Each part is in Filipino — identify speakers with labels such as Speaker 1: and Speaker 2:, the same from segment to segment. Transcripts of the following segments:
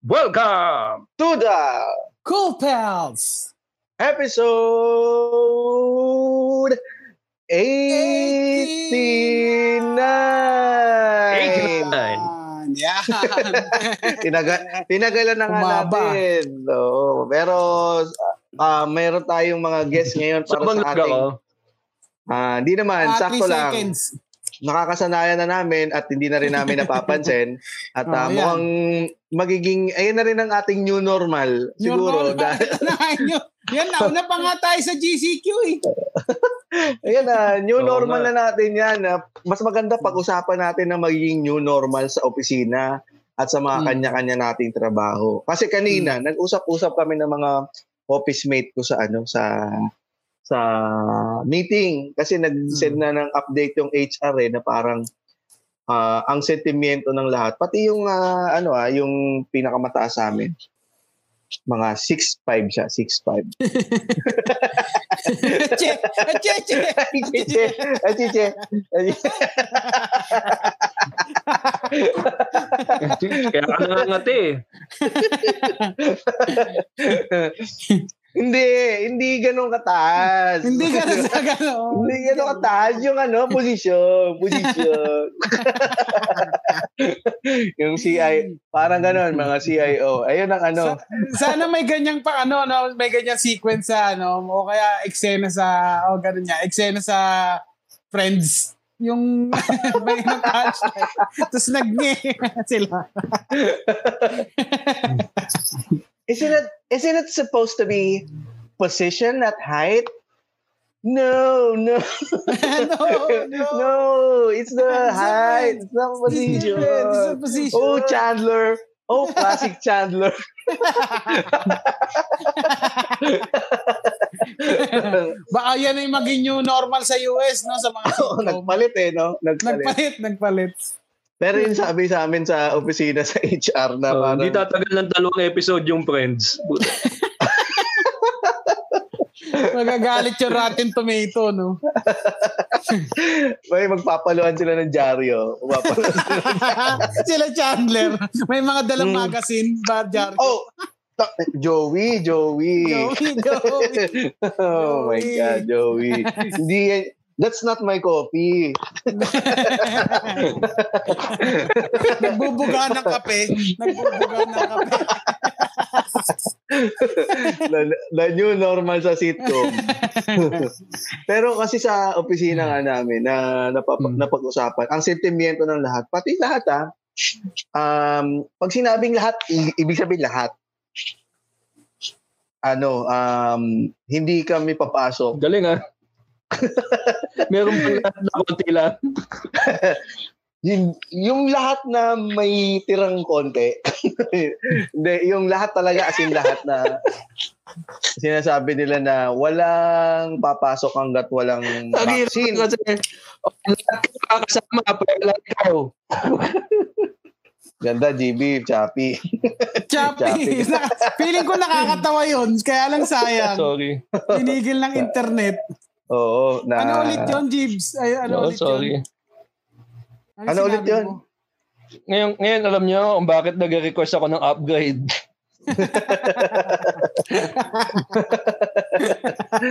Speaker 1: Welcome to the
Speaker 2: Cool Pals!
Speaker 1: episode 89. 89.
Speaker 2: Yan. Yeah.
Speaker 1: Tinaga, tinagalan na nga
Speaker 2: Humaba.
Speaker 1: natin. Oo, pero ah mayroon tayong mga guests ngayon para sa
Speaker 3: Sabang oh. lag
Speaker 1: ating...
Speaker 3: ako.
Speaker 1: Ah, hindi naman,
Speaker 2: Ah, three
Speaker 1: sakto lang.
Speaker 2: seconds.
Speaker 1: Nakakasanayan na namin at hindi na rin namin napapansin. At
Speaker 2: Oh,
Speaker 1: ah,
Speaker 2: yan.
Speaker 1: mukhang magiging, ayun na rin ang ating new normal. Siguro.
Speaker 2: Your
Speaker 1: dahil-
Speaker 2: Honor, tanahan nyo. Yan, nauna pa nga tayo sa GCQ eh.
Speaker 1: Ayan na, new
Speaker 3: Oo
Speaker 1: normal
Speaker 3: nga.
Speaker 1: na natin yan. ah. Mas maganda pag-usapan natin na magiging new normal sa opisina at sa mga
Speaker 2: Hmm.
Speaker 1: kanya-kanya nating trabaho. Kasi
Speaker 3: Hmm.
Speaker 1: kanina, nag-usap-usap kami ng mga office mate ko sa ano sa sa meeting kasi nag-send
Speaker 3: Hmm.
Speaker 1: na ng update yung HR eh, na parang ah, ang sentimento ng lahat pati yung ah, ano ah yung pinakamataas sa amin mga 6'5 siya 6'5
Speaker 2: che, che, che.
Speaker 1: Ay, chiche. Ay, chiche. Ay, chiche.
Speaker 3: Kaya ka nangangati eh.
Speaker 1: hindi, hindi ganun kataas.
Speaker 2: Hindi ka na sa gano'n.
Speaker 1: Hindi ganun kataas yung ano, posisyon. Posisyon. yung CIO. Parang ganun, mga CIO. Ayun ang ano.
Speaker 2: Sa- Sana may ganyang pa ano, no? may ganyang sequence sa ano, o kaya eksena sa, o oh, ganun niya, eksena sa Friends. Yung may nag-touch. Tapos nag-nge sila.
Speaker 1: Isn't it, isn't it supposed to be position, not height? No, no,
Speaker 2: no, Oh, no.
Speaker 1: no. It's the
Speaker 2: It's a
Speaker 1: height. It's not
Speaker 2: This is different. This is
Speaker 1: position.
Speaker 2: a position.
Speaker 1: Oh, Chandler. Oh, classic Chandler.
Speaker 2: Baka yan ay maging new normal sa US, no? Sa mga
Speaker 1: Oo,
Speaker 2: sitcom.
Speaker 1: nagpalit eh, no? Nagpalit.
Speaker 2: Nagpalit, nagpalit.
Speaker 1: Pero yung sabi sa amin sa opisina sa HR na
Speaker 3: Oh,
Speaker 1: parang,
Speaker 3: Hindi tatagal ng dalawang episode yung Friends.
Speaker 2: Magagalit yung Rotten Tomato, no?
Speaker 1: may magpapaluan sila ng dyaryo. Magpapaluan sila.
Speaker 2: Sila Chandler. May mga dalang
Speaker 1: Mm.
Speaker 2: magazine, ba, Jar?
Speaker 1: oh! Ta- Joey, Joey.
Speaker 2: Joey, Joey.
Speaker 1: oh my
Speaker 2: Joey.
Speaker 1: God, Joey. Hindi yan. That's not my coffee.
Speaker 2: Nagbubuga ng kape. Nagbubuga ng kape.
Speaker 1: the, the new normal sa sitcom. Pero kasi sa opisina nga namin na napap-
Speaker 3: Hmm.
Speaker 1: napag-usapan, ang sentimiento ng lahat, pati lahat ah, um, pag sinabing lahat, i- ibig sabihin lahat, ano, um, hindi kami papasok
Speaker 3: Galing ah. Meron pa lahat na konti lang.
Speaker 1: Yung, yung lahat na may tirang konti. Hindi, yung lahat talaga, as in lahat na sinasabi nila na walang papasok hanggat walang vaccine.
Speaker 3: Kasi
Speaker 2: oh,
Speaker 3: lahat kakasama
Speaker 2: ah,
Speaker 3: pa wala ikaw.
Speaker 1: Ganda, GB, Chappy.
Speaker 2: Chappy. Feeling ko nakakatawa yun. Kaya lang sayang.
Speaker 3: Ah, Sorry.
Speaker 2: Tinigil ng internet.
Speaker 1: Oo. Na,
Speaker 2: Ano ulit yun, Jibs? Ay, ano
Speaker 3: Oh,
Speaker 2: ulit yun?
Speaker 3: sorry.
Speaker 2: sinabi
Speaker 1: Ano ulit yun?
Speaker 2: mo?
Speaker 3: Ngayon, ngayon alam niyo kung bakit nag-request ako ng upgrade.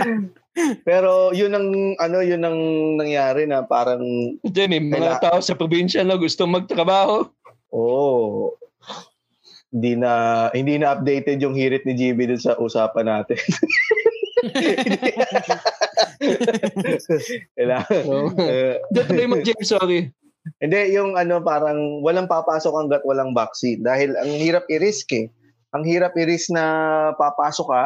Speaker 1: Pero yun ang, ano, yun ang nangyari na parang,
Speaker 3: Kasi may
Speaker 1: Kaya-
Speaker 3: eh, mga tao sa probinsya na gusto magtrabaho.
Speaker 1: oo. Oh, hindi na hindi na updated yung hirit ni GB dun sa usapan natin. Kailangan, eh,
Speaker 3: Dito tuloy mo, James, sorry.
Speaker 1: Hindi, yung ano parang walang papasok hanggat walang vaccine dahil ang hirap i-risk eh. Ang hirap i-risk na papasok ka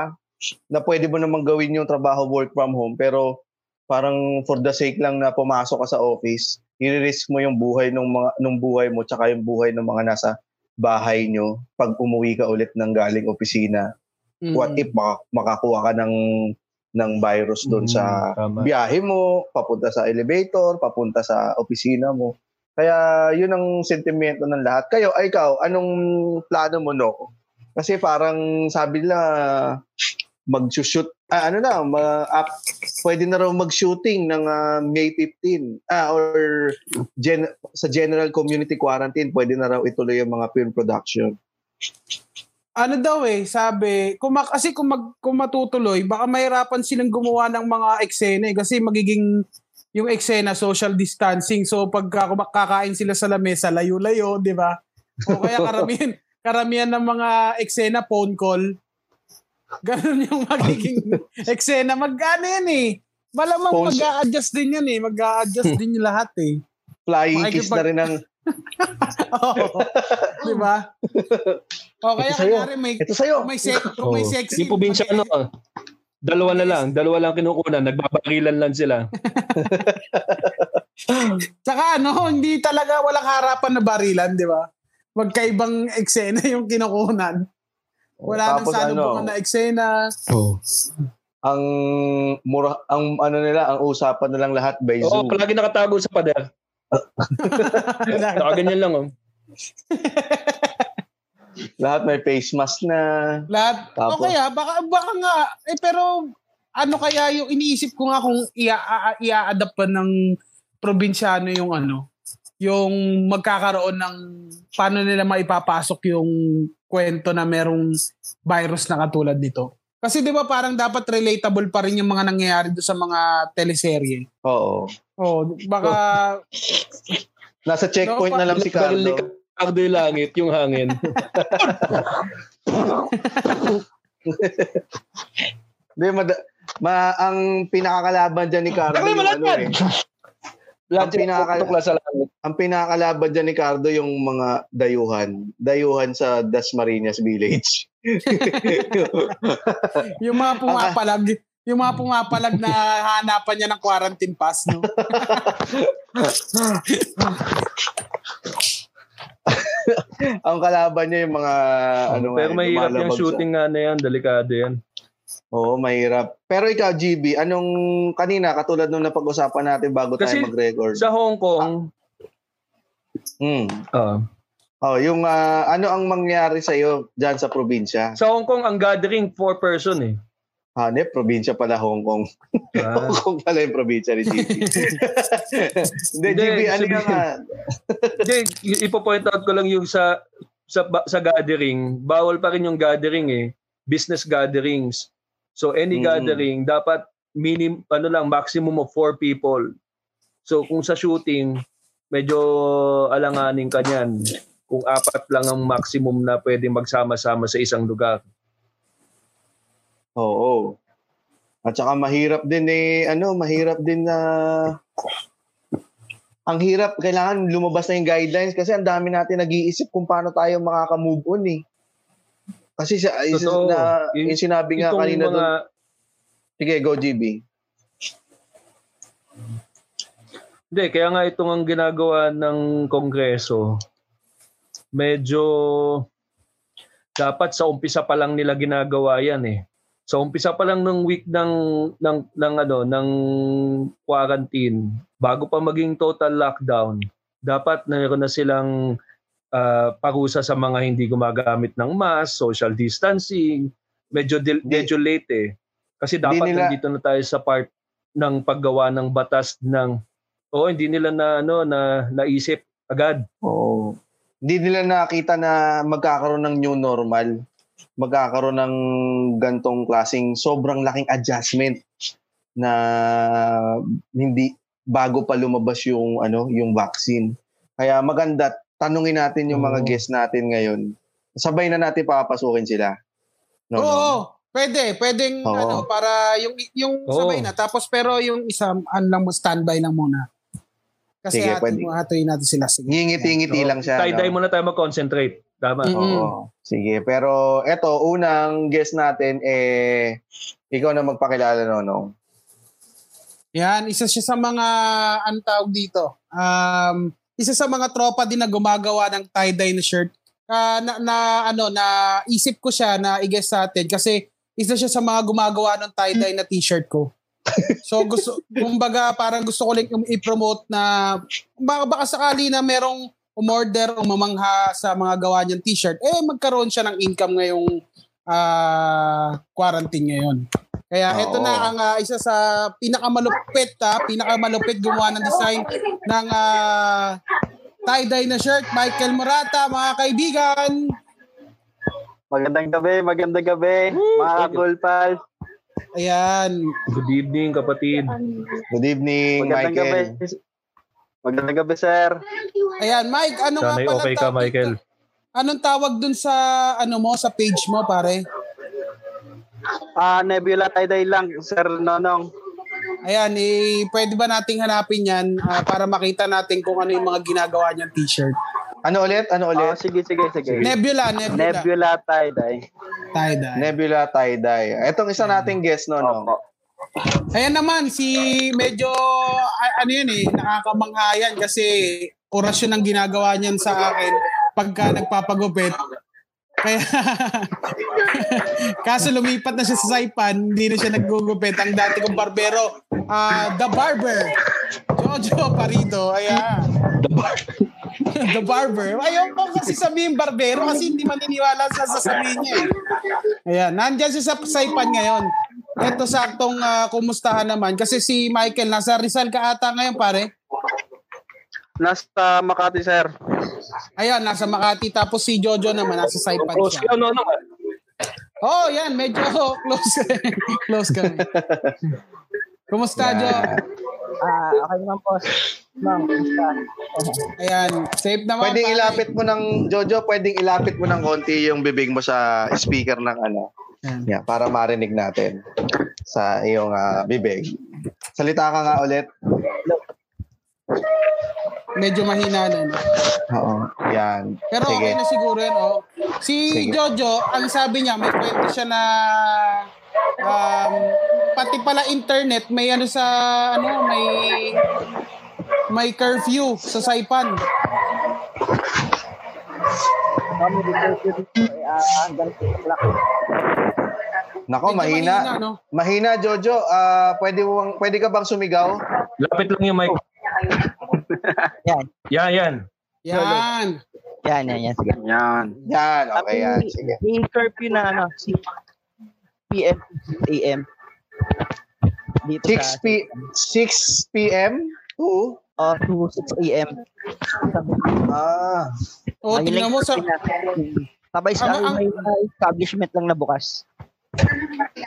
Speaker 1: na pwede mo namang gawin yung trabaho work from home pero parang for the sake lang na pumasok ka sa office, i-risk mo yung buhay ng mga nung buhay mo tsaka yung buhay ng mga nasa bahay nyo pag umuwi ka ulit ng galing opisina.
Speaker 3: Mm.
Speaker 1: What if maka- makakuha ka ng ng virus doon sa
Speaker 3: Mm.
Speaker 1: biyahe mo, papunta sa elevator, papunta sa opisina mo. Kaya yun ang sentimento ng lahat. Kayo, ay ikaw, anong plano mo no? Kasi parang sabi nila mag-shoot, ah, ano na, ma- up, pwede na raw mag-shooting ng ah, May 15 ah, or gen- sa general community quarantine, pwede na raw ituloy yung mga film production.
Speaker 2: ano daw eh, sabi, kung ma- kasi kung, mag, kung matutuloy, baka mahirapan silang gumawa ng mga eksena eh, kasi magiging yung eksena social distancing. So pagka kumakakain sila sa lamesa, layo-layo, 'di ba? O kaya karamihan karamihan ng mga eksena phone call. Ganun yung magiging eksena. Magkano yan eh? Malamang
Speaker 1: Phone-
Speaker 2: mag-a-adjust din yan eh. Mag-a-adjust din yung lahat eh.
Speaker 1: Flying
Speaker 2: Makikipag-
Speaker 1: kiss na rin ang,
Speaker 2: Oo. Di ba? O kaya
Speaker 1: Ito sa'yo.
Speaker 2: kanyari may,
Speaker 1: ito sa'yo.
Speaker 2: kung may, sec, kung may sexy.
Speaker 3: Yung probinsya, ano, dalawa na lang, dalawa lang kinukunan, nagbabarilan lang sila.
Speaker 2: Tsaka ano, hindi talaga walang harapan na barilan, di ba? Magkaibang eksena yung kinukunan. Wala nang
Speaker 1: Tapos ano?
Speaker 2: sanubungan na eksena.
Speaker 4: Oh.
Speaker 1: ang mura ang ano nila ang usapan na lang lahat by Zoom.
Speaker 3: Oo, palagi nakatago sa pader. Saka ganyan lang, oh.
Speaker 1: Lahat may face mask na.
Speaker 2: Lahat.
Speaker 1: Tapos?
Speaker 2: O kaya, baka, baka nga, eh pero ano kaya yung iniisip ko nga kung ia- ia-adapt pa ng probinsyano yung ano, yung magkakaroon ng paano nila maipapasok yung kwento na merong virus na katulad nito. Kasi 'di ba parang dapat relatable pa rin yung mga nangyayari do sa mga teleserye.
Speaker 1: Oo.
Speaker 2: Oh, baka
Speaker 1: Nasa checkpoint
Speaker 2: No,
Speaker 1: na lang si
Speaker 3: Literal ni
Speaker 1: Carlo.
Speaker 3: Cardo yung langit, yung hangin.
Speaker 1: Hindi, mad- ma- ang pinakakalaban dyan ni Cardo
Speaker 3: Takay mo
Speaker 1: yung
Speaker 3: lahat
Speaker 1: ano
Speaker 3: yan!
Speaker 1: eh.
Speaker 3: Lahat
Speaker 1: Ang pinaka-
Speaker 3: sila tukla sa langit.
Speaker 1: Ang pinakakalaban dyan ni Cardo yung mga dayuhan. Dayuhan sa Dasmariñas Village.
Speaker 2: yung mga pumapalag, yung mga pumapalag na hanapan niya ng quarantine pass, no?
Speaker 1: ang kalaban niya yung mga ano nga,
Speaker 3: Pero
Speaker 1: yung
Speaker 3: mahirap yung
Speaker 1: lumalabag sa-
Speaker 3: shooting nga na yan, delikado yan.
Speaker 1: Oo, mahirap. Pero ikaw, GB, anong kanina, katulad nung napag-usapan natin bago
Speaker 3: Kasi-
Speaker 1: tayo mag-record?
Speaker 3: Sa Hong Kong,
Speaker 1: Hmm.
Speaker 3: ah,
Speaker 1: Oh, yung ah, ano ang mangyari sa iyo diyan sa probinsya?
Speaker 3: sa Hong Kong, ang gathering four person eh.
Speaker 1: Hanep, probinsya pala Hong Kong.
Speaker 3: Ah.
Speaker 1: Hong Kong pala yung probinsya ni GB. Hindi,
Speaker 3: Hindi,
Speaker 1: GB, ano
Speaker 3: sabihin-
Speaker 1: yung nga?
Speaker 3: Hindi, i- ipo-point out ko lang yung sa sa ba- sa gathering, bawal pa rin yung gathering eh, business gatherings. So
Speaker 1: Mm.
Speaker 3: any gathering dapat minim ano lang maximum of four people. So kung sa shooting, medyo alanganin ka niyan kung apat lang ang maximum na pwede magsama-sama sa isang lugar.
Speaker 1: Oo. At saka mahirap din eh, ano, mahirap din na... ang hirap, kailangan lumabas na yung guidelines kasi ang dami natin nag-iisip kung paano tayo makaka-move on eh. Kasi sa, is-
Speaker 3: Totoo.
Speaker 1: na,
Speaker 3: Yung-
Speaker 1: yung sinabi nga
Speaker 3: Itong
Speaker 1: kanina
Speaker 3: mga
Speaker 1: doon. Sige, go GB.
Speaker 3: Hindi, kaya nga itong ang ginagawa ng Kongreso, medyo dapat sa umpisa pa lang nila ginagawa yan eh. Sa umpisa pa lang ng week ng ng ng ano ng quarantine bago pa maging total lockdown, dapat meron na silang ah, parusa sa mga hindi gumagamit ng mask, social distancing, medyo dil-
Speaker 1: Hindi.
Speaker 3: medyo late eh. Kasi
Speaker 1: Hindi
Speaker 3: dapat
Speaker 1: nila-
Speaker 3: nandito na tayo sa part ng paggawa ng batas ng Oo, hindi nila na ano na naisip agad.
Speaker 1: Oo. Hindi nila nakita na magkakaroon ng new normal. Magkakaroon ng gantong klasing sobrang laking adjustment na hindi bago pa lumabas yung ano yung vaccine. Kaya maganda tanungin natin yung mga
Speaker 3: Oo.
Speaker 1: guests natin ngayon. Sabay na natin papasukin sila. No, no?
Speaker 2: Oo, pwede, pwedeng
Speaker 1: Oo.
Speaker 2: ano para yung yung
Speaker 3: Oo.
Speaker 2: sabay na tapos pero yung isa ano lang mo standby lang muna. Kasi
Speaker 1: Sige,
Speaker 2: hati
Speaker 1: pwede.
Speaker 2: mo hatuin natin sila sige.
Speaker 1: Ngingiti-ngiti
Speaker 3: Oo.
Speaker 1: lang siya.
Speaker 3: Tie-dye
Speaker 1: no?
Speaker 3: muna tayo mag-concentrate. Tama.
Speaker 2: Mm.
Speaker 1: Oo. Sige, pero eto unang guest natin eh ikaw na magpakilala no no.
Speaker 2: Yan, isa siya sa mga ang tawag dito. Um, isa sa mga tropa din na gumagawa ng tie-dye na shirt. Ah, na, na ano na isip ko siya na i-guess sa atin kasi isa siya sa mga gumagawa ng tie-dye na t-shirt ko. So gusto kumbaga parang gusto ko lang yung i-promote na baka, baka sakali na merong umorder o mamangha sa mga gawa niyang t-shirt eh magkaroon siya ng income ngayong ah, quarantine ngayon. Kaya ito
Speaker 1: Oo.
Speaker 2: na ang ah, isa sa pinakamalupit ah, pinakamalupit gumawa ng design ng ah, tie-dye na shirt Michael Morata mga kaibigan.
Speaker 4: Magandang gabi, magandang gabi. Mga Golpal.
Speaker 2: Ayan.
Speaker 3: Good evening, kapatid.
Speaker 2: Ano
Speaker 1: Good evening,
Speaker 4: Magandang gabi.
Speaker 1: Michael.
Speaker 4: Magandang gabi, sir.
Speaker 2: Ayan, Mike, ano nga
Speaker 3: Sana'y
Speaker 2: pala
Speaker 3: okay ka,
Speaker 2: tawag
Speaker 3: Michael.
Speaker 2: dito? Anong tawag dun sa ano mo sa page mo, pare?
Speaker 4: Ah, Nebula tie-dye lang, sir Nonong.
Speaker 2: Ayan, eh, pwede ba nating hanapin yan ah, para makita natin kung ano yung mga ginagawa niyang t-shirt?
Speaker 1: Ano ulit? Ano
Speaker 4: Oh,
Speaker 1: ulit?
Speaker 4: sige, sige, sige.
Speaker 2: Nebula, Nebula.
Speaker 4: Nebula tie-dye.
Speaker 2: Tie-dye.
Speaker 1: Nebula tie-dye. Itong isa nating guest no, no?
Speaker 4: Mm. Opo.
Speaker 2: Ayan naman, si medyo, a- ano yun eh, nakakamanghayan kasi orasyon ang ginagawa niyan sa akin pagka nagpapagupit. Kaya, kaso lumipat na siya sa Saipan, hindi na siya nagugupit. Ang dati kong barbero, ah, The Barber. Jojo Parito, ayan. The Barber. Ayaw ko kasi sabihin barbero kasi hindi maniniwala sa sasabihin niya eh. Ayan, nandyan siya sa Saipan ngayon. Ito saktong ah, kumustahan naman kasi si Michael nasa Rizal ka ata ngayon pare.
Speaker 4: Nasa Makati, sir.
Speaker 2: Ayan, nasa Makati tapos si Jojo naman nasa Saipan
Speaker 3: Close
Speaker 2: siya.
Speaker 3: ka, no, no.
Speaker 2: Oh, yan, medyo close close kami. Kumusta, Jo?
Speaker 5: Ah, okay naman po. Ma'am, kumusta?
Speaker 2: Ayan, safe naman.
Speaker 1: Pwedeng
Speaker 2: pare.
Speaker 1: ilapit mo ng, Jojo, pwedeng ilapit mo ng konti yung bibig mo sa speaker ng ano.
Speaker 2: Ayan.
Speaker 1: Yeah, para marinig natin sa iyong ah, bibig. Salita ka nga ulit.
Speaker 2: Medyo mahina na. no?
Speaker 1: Oo. Yan.
Speaker 2: Pero
Speaker 1: Sige.
Speaker 2: okay na siguro yun, oh. Si
Speaker 1: Sige.
Speaker 2: Jojo, ang sabi niya, may kwento siya na um, pati pala internet, may ano sa, ano, may may curfew sa Saipan.
Speaker 5: Kami dito po dito. eh, ah, Hanggang 6 o'clock.
Speaker 1: Nako,
Speaker 2: Medyo
Speaker 1: Oh, mahina.
Speaker 2: mahina,
Speaker 1: Mahina,
Speaker 2: no?
Speaker 1: Jojo. Ah, pwede, bang- pwede ka bang sumigaw?
Speaker 3: Lapit lang yung mic.
Speaker 5: Yan.
Speaker 3: Yan, yan.
Speaker 2: Yan.
Speaker 5: Yan, yan, yan. Sige.
Speaker 4: Yan.
Speaker 1: Yan, okay yan.
Speaker 5: Tapos,
Speaker 1: Sige.
Speaker 5: May curfew na ano, 6 p.m. to 6 a.m. Dito
Speaker 1: 6
Speaker 5: sa...
Speaker 1: p 6 p.m. Oo.
Speaker 5: Oh, to 6 a.m.
Speaker 1: Ah.
Speaker 2: O, Oh,
Speaker 5: Ayun
Speaker 2: tingnan
Speaker 5: lang
Speaker 2: mo sa...
Speaker 5: yung curfew na- Sabay sa
Speaker 2: Ang- ang-
Speaker 5: may mga establishment lang na bukas.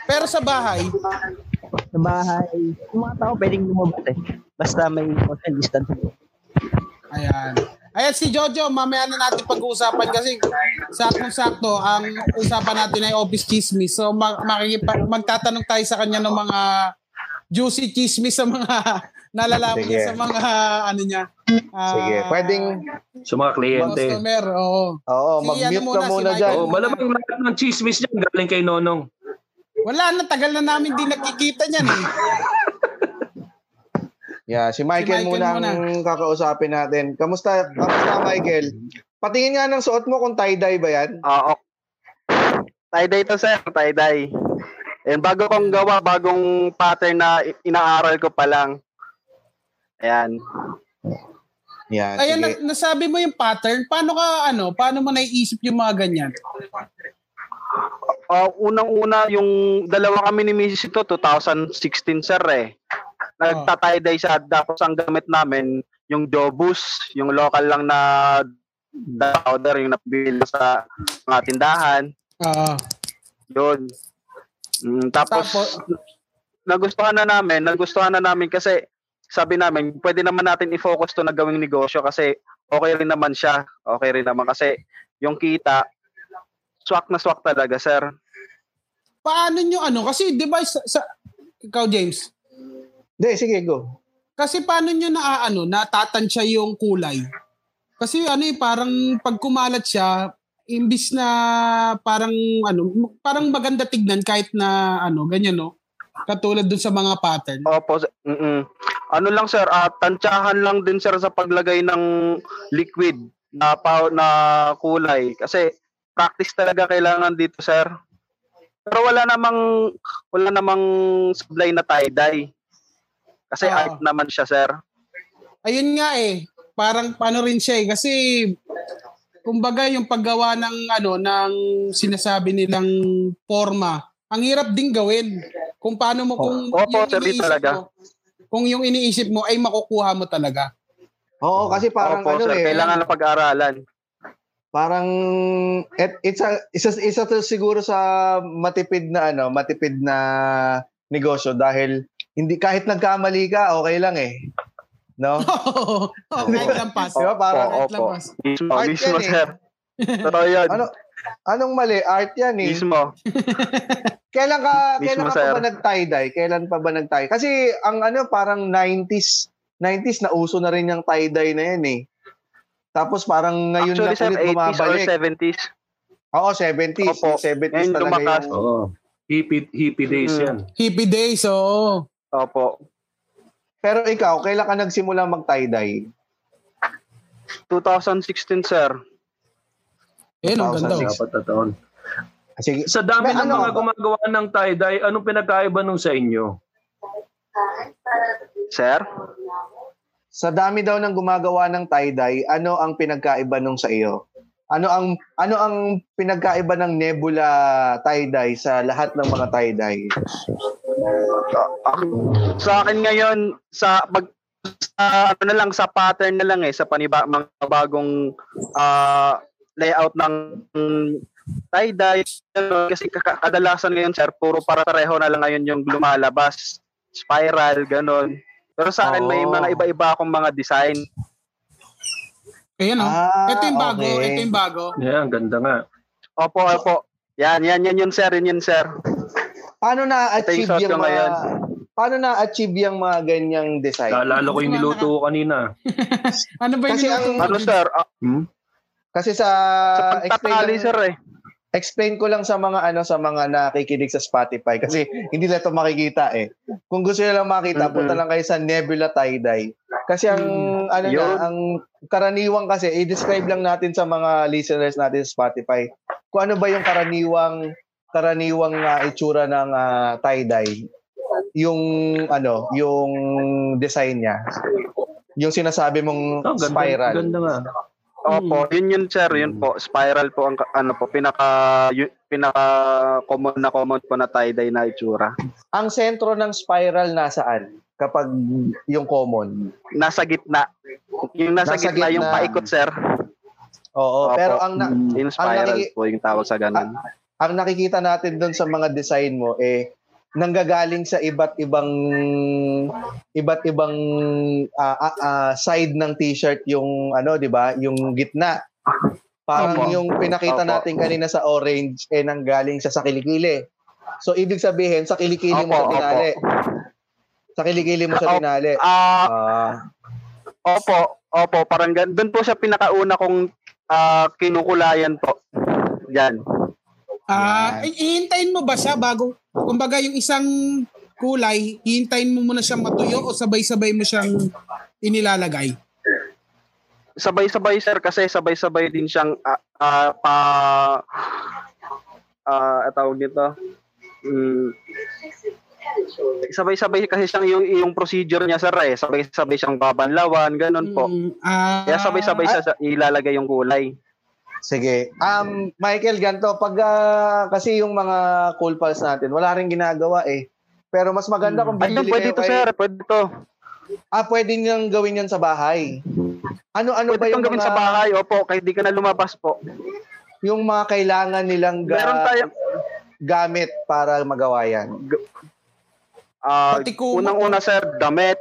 Speaker 2: Pero sa bahay,
Speaker 5: Sa bahay, yung mga tao pwedeng lumabas eh. Basta may social distancing.
Speaker 2: ayan. Ayan si Jojo, mamaya na natin pag-uusapan kasi sakto-sakto ang usapan natin ay office chismis. So mag- makikipa- magtatanong tayo sa kanya ng mga juicy chismis sa mga nalalaman niya
Speaker 1: Sige.
Speaker 2: sa mga ano niya. ah,
Speaker 1: Sige. Pwedeng,
Speaker 3: Sa mga kliyente.
Speaker 2: customer, oo.
Speaker 1: oo,
Speaker 2: Si
Speaker 1: mag-mute
Speaker 2: ano
Speaker 1: ka
Speaker 2: muna,
Speaker 1: muna
Speaker 2: si
Speaker 1: dyan.
Speaker 2: Michael.
Speaker 3: Oh, malamang lahat ng chismis niyan galing kay Nonong.
Speaker 2: Wala na, tagal na namin di nakikita niyan eh.
Speaker 1: Yeah, si Michael,
Speaker 2: Michael
Speaker 1: muna ang kakausapin natin. Kamusta, kamusta Michael? Patingin nga ng suot mo kung tie-dye ba yan?
Speaker 4: Oo. tie-dye Ah, to, sir. Tie-dye. And bago kong gawa, bagong pattern na i- inaaral ko pa lang. Ayan.
Speaker 1: Yan,
Speaker 2: Ayan,
Speaker 1: Ah,
Speaker 2: na-
Speaker 1: sige.
Speaker 2: nasabi mo yung pattern. Paano ka, ano, paano mo naiisip yung mga ganyan?
Speaker 4: Ah, unang-una, yung dalawa kami ni Mrs. ito, 2016, sir, eh. Nagtatay-dye sa Davos ang gamit namin, yung Jobus, yung local lang na dye powder, yung napibili sa mga tindahan.
Speaker 2: Oo.
Speaker 4: Yun. Mm, tapos,
Speaker 2: Tapos-
Speaker 4: nagustuhan na namin, nagustuhan na namin kasi sabi namin, pwede naman natin i-focus to na gawing negosyo kasi okay rin naman siya. Okay rin naman kasi yung kita, swak na swak talaga, sir.
Speaker 2: paano nyo ano? Kasi di ba sa, sa- ikaw James,
Speaker 1: Hindi, sige, go.
Speaker 2: kasi paano nyo na ano, natatansya yung kulay? Kasi ano eh, parang pag kumalat siya, imbis na parang ano, parang maganda tignan kahit na ano, ganyan no. Katulad dun sa mga pattern.
Speaker 4: Opo, sir. Mm-mm. Ano lang, sir, at tantsahan lang din, sir, sa paglagay ng liquid na, pa- na kulay. Kasi practice talaga kailangan dito, sir. Pero wala namang wala namang supply na tie-dye. Kasi
Speaker 1: Ah.
Speaker 2: Oo.
Speaker 4: art naman siya, sir.
Speaker 2: Ayun nga eh, parang paano rin siya eh, kasi kumbaga yung paggawa ng ano ng sinasabi nilang forma, ang hirap ding gawin. Kung paano mo kung
Speaker 4: Oh, Opo, sir,
Speaker 2: iniisip
Speaker 4: talaga.
Speaker 2: mo, kung yung iniisip mo ay makukuha mo talaga.
Speaker 1: Oo, kasi parang
Speaker 4: Opo,
Speaker 1: ano
Speaker 4: sir,
Speaker 1: eh.
Speaker 4: kailangan na pag-aralan.
Speaker 1: Parang et, it's a, isa isa to siguro sa matipid na ano, matipid na negosyo dahil hindi kahit nagkamali ka, okay lang eh. No?
Speaker 2: Oo. Oh, kahit lang pass.
Speaker 1: Di ba? Parang
Speaker 4: Opo,
Speaker 2: Kahit lang
Speaker 4: opo.
Speaker 2: pass.
Speaker 4: Mismo,
Speaker 1: Art
Speaker 4: mismo,
Speaker 1: yan eh.
Speaker 4: sir. Totoo yan.
Speaker 1: Ano anong mali? Art 'yan eh.
Speaker 4: Mismo.
Speaker 1: Kailan ka kailan
Speaker 4: Mismo,
Speaker 1: ka pa
Speaker 4: sir.
Speaker 1: ba nag-tie-dye? Kailan pa ba nag-tie? Kasi ang ano parang 90s 90s na uso na rin yung tie-dye na yan eh. Tapos parang ngayon na
Speaker 4: Actually, sir,
Speaker 1: ulit
Speaker 4: 80s or
Speaker 1: bumabalik.
Speaker 4: 70s.
Speaker 1: Oo, 70s.
Speaker 4: Opo.
Speaker 1: 70s
Speaker 4: Ngayon
Speaker 1: talaga
Speaker 4: lumakas.
Speaker 1: yung...
Speaker 3: Oo. Hippie, hippie days
Speaker 4: Mm.
Speaker 3: yan.
Speaker 2: Hippie days, oo.
Speaker 4: Opo.
Speaker 1: Pero ikaw, kailan ka nagsimula mag-tie-dye?
Speaker 4: 2016, sir.
Speaker 2: Eh, ang ganda. oh.
Speaker 3: Dapat na taon.
Speaker 1: Sige,
Speaker 3: Sa dami
Speaker 1: Mm. May
Speaker 3: ng
Speaker 1: ano
Speaker 3: mga
Speaker 1: ba?
Speaker 3: gumagawa ng tie-dye, anong pinagkaiba nung sa inyo?
Speaker 4: Sir?
Speaker 1: sa dami daw ng gumagawa ng tie-dye, ano ang pinagkaiba nung sa iyo? Ano ang ano ang pinagkaiba ng Nebula tie-dye sa lahat ng mga tie-dye?
Speaker 4: Sa akin ngayon, sa pag sa ano na lang sa pattern na lang eh sa paniba mga bagong ah, layout ng tie-dye ano, kasi kaka- kadalasan ngayon sir puro para pareho na lang ngayon yung lumalabas spiral ganon pero sa akin may
Speaker 1: Oo.
Speaker 4: mga iba-iba akong mga design
Speaker 2: Ayan, oh.
Speaker 1: Ah,
Speaker 2: ito yung bago,
Speaker 1: okay.
Speaker 2: ito yung bago.
Speaker 3: Yeah, ang ganda nga.
Speaker 4: opo opo yan yan yan yun sir yun yun sir
Speaker 1: Paano na-achieve
Speaker 4: Ito yung shot
Speaker 1: yung,
Speaker 4: ko
Speaker 1: mga
Speaker 4: ngayon.
Speaker 1: Paano na-achieve yung mga ganyang design?
Speaker 3: Naalala ko yung niluto ko kanina. Ah,
Speaker 2: Ano ba yung
Speaker 1: Kasi ang-
Speaker 2: niluto?
Speaker 4: ano sir Ah,
Speaker 3: Hmm?
Speaker 1: Kasi sa,
Speaker 4: sa
Speaker 1: Ah, explain,
Speaker 4: pagtatali sir eh
Speaker 1: explain ko lang sa mga ano sa mga nakikinig sa Spotify kasi hindi nila to makikita eh. Kung gusto nila lang makita,
Speaker 4: Mhm.
Speaker 1: punta lang kayo sa Nebula Tie-Dye. Kasi ang ano na,
Speaker 4: Yun.
Speaker 1: ang karaniwang kasi i-describe lang natin sa mga listeners natin sa Spotify kung ano ba yung karaniwang karaniwang ah, itsura ng ah, tie-dye. Yung ano, yung design niya. Yung sinasabi mong
Speaker 3: Oh, ganda,
Speaker 1: spiral.
Speaker 3: Ganda nga.
Speaker 4: Opo, yun yun sir, yun
Speaker 3: Mm.
Speaker 4: po. Spiral po ang ka- ano po pinaka yu- pinaka common na common po na tie-dye na itsura.
Speaker 1: Ang sentro ng spiral nasaan? Kapag yung common.
Speaker 4: Nasa gitna. Yung nasa,
Speaker 1: Nasa
Speaker 4: gitna, yung
Speaker 1: gitna.
Speaker 4: paikot sir.
Speaker 1: Oo,
Speaker 4: Opo.
Speaker 1: pero ang na-
Speaker 3: Mm.
Speaker 4: Yung spiral
Speaker 1: naki-
Speaker 4: po yung tawag sa ganun.
Speaker 1: ang nakikita natin doon sa mga design mo eh nanggagaling sa iba't ibang iba't ibang ah, ah, ah, side ng t-shirt yung ano 'di ba, yung gitna. Parang
Speaker 4: Opo.
Speaker 1: yung pinakita
Speaker 4: Opo.
Speaker 1: natin kanina sa orange eh nanggaling siya sa kilikili. So ibig sabihin sa kilikili mo
Speaker 4: Opo,
Speaker 1: sa tinali. Sa kilikili mo sa
Speaker 4: Opo.
Speaker 1: tinali.
Speaker 4: Ah,
Speaker 1: Ah,
Speaker 4: opo, opo, parang gan doon po siya pinakauna kong ah, kinukulayan po. Yan.
Speaker 2: Ah, eh, ihintayin mo ba siya bago, kumbaga yung isang kulay, hihintayin mo muna siyang matuyo o sabay-sabay mo siyang inilalagay?
Speaker 4: Sabay-sabay sir kasi sabay-sabay din siyang ah, ah, pa ah tawag nito. Mm, sabay-sabay kasi siyang yung, yung procedure niya sir eh. Sabay-sabay siyang babanlawan, ganun po.
Speaker 2: Mm, ah,
Speaker 1: Hmm.
Speaker 4: Kaya sabay-sabay siya sa- ilalagay yung kulay.
Speaker 1: Sige. Um, Michael, ganto, pag ah, kasi yung mga cool pals natin, wala rin ginagawa eh. Pero mas maganda kung
Speaker 4: Hmm. Ayun,
Speaker 1: bibili
Speaker 4: pwede
Speaker 1: kayo
Speaker 4: to
Speaker 1: kay-
Speaker 4: sir, pwede to.
Speaker 1: Ah, pwede niyang gawin yan sa bahay. Ano-ano Ano
Speaker 4: Pwede
Speaker 1: ba yung
Speaker 4: tong gawin
Speaker 1: mga,
Speaker 4: sa bahay, opo, kahit di ka na lumabas po.
Speaker 1: yung mga kailangan nilang ga-
Speaker 4: Meron tayong
Speaker 1: gamit para magawa yan?
Speaker 4: ah,
Speaker 2: Pati kumot.
Speaker 4: unang-una sir, damit.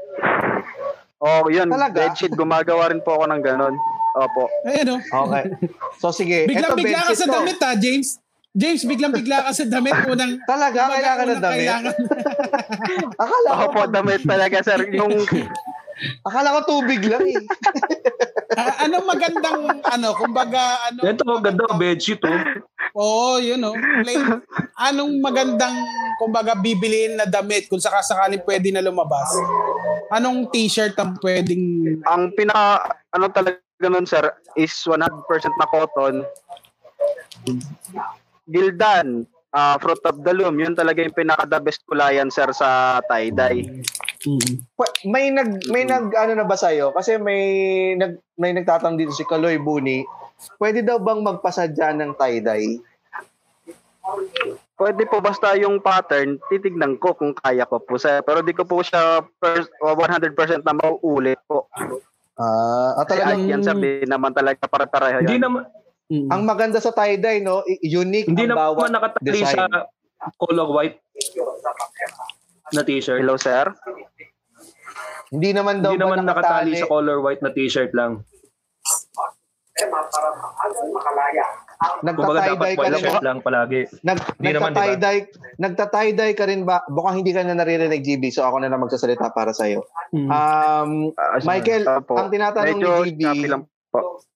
Speaker 4: Oh, yun,
Speaker 1: Talaga?
Speaker 4: bedsheet, gumagawa rin po ako ng ganun. Opo.
Speaker 2: Ayan o.
Speaker 1: Okay. So sige, eto
Speaker 2: Biglang-bigla ka
Speaker 1: bedsheet
Speaker 2: sa
Speaker 1: to.
Speaker 2: damit ha, James. James, biglang-bigla ka sa damit. Unang,
Speaker 1: Talaga,
Speaker 2: kumbaga,
Speaker 1: kailangan ng
Speaker 2: unang
Speaker 1: damit?
Speaker 2: kailangan.
Speaker 1: Akala ko,
Speaker 4: Opo, damit talaga sir. Yung
Speaker 1: akala ko tubig lang eh.
Speaker 2: Ah, anong magandang, ano, kumbaga, ano,
Speaker 3: Ito, ganda. Bedsheet, oh.
Speaker 2: Oo, yun o. Plain. Anong magandang, kumbaga, bibiliin na damit kung sakasakaling pwede na lumabas? Anong t-shirt ang pwedeng...
Speaker 4: ang pinaka ano talaga nun sir is 100% na cotton. Gildan, ah, fruit of the loom, yun talaga yung pinaka the best kulayan sir sa tie-dye.
Speaker 1: Pwe- may nag may nag ano na ba sa'yo? Kasi may nag may nagtatanong dito si Kaloy Buni. Pwede daw bang magpasadya ng tie-dye?
Speaker 4: Pwede po basta yung pattern, titignan ko kung kaya ko po sir. Pero di ko po siya pers- 100% na mauulit po.
Speaker 1: Ah, ah,
Speaker 4: Kasi
Speaker 1: talagang
Speaker 3: ah,
Speaker 4: yan sir, di naman talaga para pareho
Speaker 3: Hindi
Speaker 4: yan.
Speaker 3: naman
Speaker 2: Mm.
Speaker 1: Ang maganda sa tie-dye, no? i- Unique
Speaker 3: Hmm. Hindi
Speaker 1: ang
Speaker 3: na
Speaker 1: bawat
Speaker 3: naman nakatali
Speaker 1: design.
Speaker 3: sa color white na t-shirt.
Speaker 4: Hello, sir.
Speaker 1: Hindi naman daw ba
Speaker 3: Hindi naman
Speaker 1: nakatali
Speaker 3: nakatali sa color white na t-shirt lang.
Speaker 1: Nagta-tie-dye ka
Speaker 3: Kumbaga dapat white
Speaker 1: rin ba?
Speaker 3: shirt lang palagi.
Speaker 1: Nag,
Speaker 3: Hindi naman, di ba?
Speaker 1: nagta-tie-dye, nagta-tie-dye ka rin ba? Baka hindi ka na naririnig, GB, so ako na lang magsasalita para sa'yo.
Speaker 3: Mm.
Speaker 1: Um,
Speaker 4: Ah, sir.
Speaker 1: Michael,
Speaker 4: Opo.
Speaker 3: Oh,
Speaker 1: ang tinatanong
Speaker 4: Medyo
Speaker 1: ni GB,
Speaker 4: snappy lang po.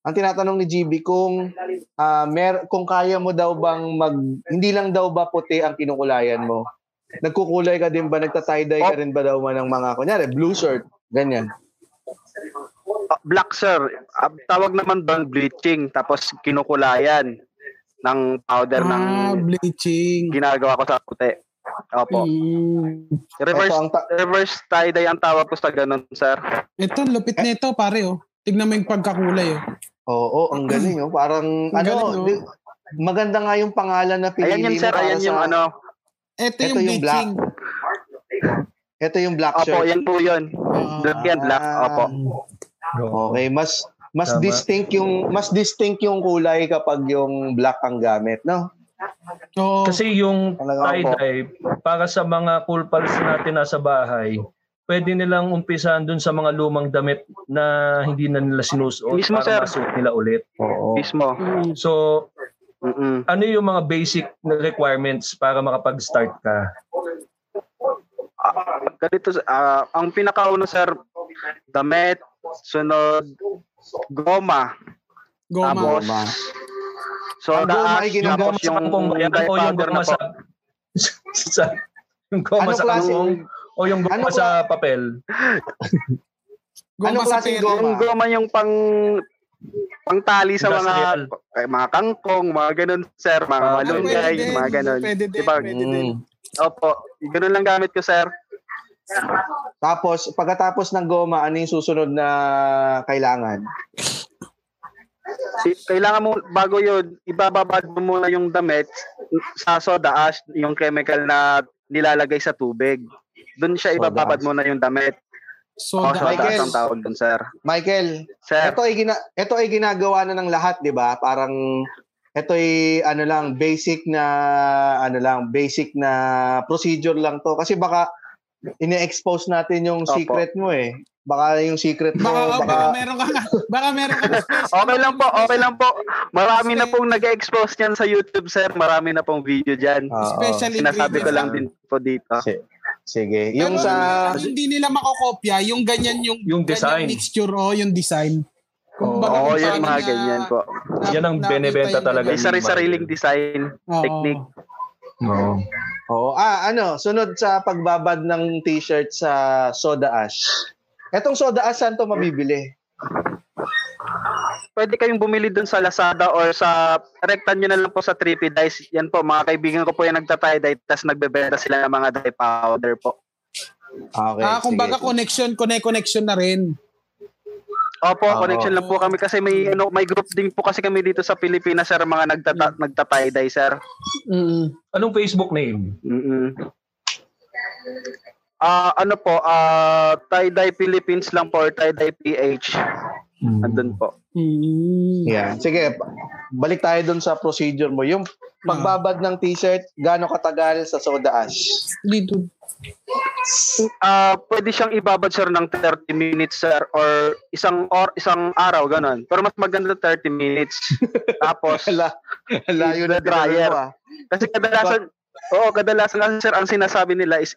Speaker 1: ang tinatanong ni GB kung ah, mer kung kaya mo daw bang mag hindi lang daw ba puti ang kinukulayan mo? Nagkukulay ka din ba nagta-tie-dye
Speaker 4: Oh.
Speaker 1: ka rin ba daw man ng mga kunyari blue shirt ganyan.
Speaker 4: Ah, Black, sir. Ah, Tawag naman doon bleaching, tapos kinukulayan ng powder ng
Speaker 2: ah, bleaching.
Speaker 4: ginagawa ko sa puti. Opo.
Speaker 2: Mm.
Speaker 1: Ito
Speaker 4: Reverse
Speaker 1: ang ta-
Speaker 4: reverse tie-dye ang tawag ko sa ganun, sir.
Speaker 2: Ito, ang lupit na ito, pare, oh. Tignan mo yung pagkakulay, oh.
Speaker 1: Oo, ang galing oh. Parang
Speaker 2: Ang
Speaker 1: ano,
Speaker 2: galing, oh.
Speaker 1: di- maganda nga yung pangalan na pinili
Speaker 4: Ayan yun,
Speaker 1: mo
Speaker 4: sir.
Speaker 1: para
Speaker 4: Ayan
Speaker 1: sa-
Speaker 4: yung ano.
Speaker 2: Ito,
Speaker 1: Ito
Speaker 2: yung,
Speaker 1: yung black.
Speaker 2: bleaching.
Speaker 1: Ito yung black
Speaker 4: Opo,
Speaker 1: shirt.
Speaker 4: yan po yun.
Speaker 2: Ah.
Speaker 4: Black yan, black. Opo.
Speaker 1: Okay, mas mas
Speaker 3: Tama.
Speaker 1: distinct yung mas distinct yung kulay kapag yung black ang gamit, no?
Speaker 2: Oo.
Speaker 3: Kasi yung
Speaker 1: Talaga ako.
Speaker 3: tie-dye, para sa mga cool pals natin nasa bahay, pwede nilang umpisahan dun sa mga lumang damit na hindi na nila sinusuot
Speaker 4: Mismo,
Speaker 3: para
Speaker 4: sir.
Speaker 3: masuot nila ulit.
Speaker 1: Oo.
Speaker 4: Mismo.
Speaker 2: Mm.
Speaker 3: So,
Speaker 4: Mm-mm.
Speaker 3: ano yung mga basic na requirements para makapag-start ka?
Speaker 4: Ganito, ah, ang pinakauna, sir, damit, sunod, goma.
Speaker 2: Goma.
Speaker 4: Tapos,
Speaker 1: Goma.
Speaker 4: soda
Speaker 1: Ang goma ay
Speaker 4: ash,
Speaker 1: ginagamit
Speaker 4: tapos
Speaker 3: Goma sa kangkong ba yan?
Speaker 4: dye
Speaker 3: O yung
Speaker 4: powder na
Speaker 3: goma sa...
Speaker 4: pa-
Speaker 3: sa yung goma
Speaker 1: Ano
Speaker 3: sa
Speaker 1: klase?
Speaker 3: kangkong?
Speaker 4: oh.
Speaker 3: O yung goma
Speaker 1: Ano
Speaker 3: sa papel?
Speaker 2: Goma
Speaker 1: Anong
Speaker 2: sa
Speaker 1: klaseng
Speaker 2: pera.
Speaker 1: goma?
Speaker 4: Yung goma yung pang pangtali sa
Speaker 3: Industrial.
Speaker 4: mga eh, mga kangkong, mga ganun, sir,
Speaker 3: Ah,
Speaker 4: mga
Speaker 2: Ah,
Speaker 3: Malunggay,
Speaker 4: malunggay,
Speaker 2: pwede din,
Speaker 4: mga ganun.
Speaker 2: Pwede din,
Speaker 4: Diba?
Speaker 2: pwede din.
Speaker 1: Mm.
Speaker 4: Opo, ganun lang gamit ko, sir.
Speaker 1: Tapos, pagkatapos ng goma, ano yung susunod na kailangan?
Speaker 4: I- Kailangan mo, bago yun, ibababad mo muna yung damit sa soda ash, yung chemical na nilalagay sa tubig. Doon siya
Speaker 1: Soda
Speaker 4: ibababad
Speaker 1: ash.
Speaker 4: mo na yung damit. O,
Speaker 2: Soda.
Speaker 4: soda ash
Speaker 1: Michael.
Speaker 4: ang tawag dun, sir.
Speaker 1: Michael,
Speaker 4: Sir,
Speaker 1: ito ay, gina, ito ay ginagawa na ng lahat, di ba? Parang, ito ay ano lang, basic na, ano lang, basic na procedure lang to. Kasi baka, ine-expose natin yung
Speaker 4: Opo.
Speaker 1: secret mo eh. Baka yung secret mo,
Speaker 2: Baka,
Speaker 1: baka,
Speaker 2: baka, meron ka nga. Baka meron ka na space.
Speaker 4: Oh, okay lang po, okay lang po. Marami na pong nag-expose niyan sa YouTube, sir. Marami na pong video dyan.
Speaker 1: Oo.
Speaker 2: Especially
Speaker 4: Sinasabi ko
Speaker 2: ingredients.
Speaker 4: lang din po dito.
Speaker 1: Si- sige. Yung
Speaker 2: Pero ano
Speaker 1: sa,
Speaker 2: ang hindi nila makokopya, yung ganyan yung,
Speaker 3: Yung
Speaker 2: ganyan
Speaker 3: design.
Speaker 2: mixture o yung design. Kung baga
Speaker 4: Oo,
Speaker 2: kung
Speaker 4: yun
Speaker 2: paano
Speaker 4: mga
Speaker 2: niya-
Speaker 4: ganyan po.
Speaker 2: na-
Speaker 3: Yan ang
Speaker 2: nakita
Speaker 3: binebenta
Speaker 2: yung
Speaker 3: talaga.
Speaker 4: May
Speaker 2: ganyan.
Speaker 4: sari-sariling design.
Speaker 2: Oo.
Speaker 4: technique.
Speaker 3: Oo.
Speaker 1: Oo. Ah, ano, sunod sa pagbabad ng t-shirt sa Soda Ash. Etong Soda Ash, saan to mabibili?
Speaker 4: Pwede kayong bumili dun sa Lazada or sa rektan nyo na lang po sa Trippy Dice. Yan po, mga kaibigan ko po yung nagtatay-dye tapos nagbebenta sila ng mga dye powder po.
Speaker 1: Okay,
Speaker 2: ah, kung
Speaker 1: sige.
Speaker 2: baga connection, connect connection na rin.
Speaker 4: Opo,
Speaker 2: Ah,
Speaker 1: Oo.
Speaker 4: connection lang po kami kasi may ano, may group din po kasi kami dito sa Pilipinas sir mga nagtata-
Speaker 2: Hmm.
Speaker 4: nagtatay-dye sir.
Speaker 2: Mm.
Speaker 3: Anong Facebook name?
Speaker 4: Mm. Ah, ano po, ah tie-dye Philippines lang po or tie-dye PH.
Speaker 1: Hmm.
Speaker 4: Andun po.
Speaker 2: Mm.
Speaker 1: Yeah. Sige, pa- balik tayo dun sa procedure mo.
Speaker 4: Ah.
Speaker 1: Yung pagbabad ng t-shirt, gaano katagal sa Soda Ash?
Speaker 2: Dito.
Speaker 4: Ah, pwede siyang ibabad sir ng 30 minutes sir or isang or isang araw ganun. Pero mas maganda 30 minutes. Tapos
Speaker 1: Hala, layo na tinanong
Speaker 4: Dryer.
Speaker 1: mo, ah.
Speaker 4: kasi kadalasan oo, kadalasan kasi sir ang sinasabi nila is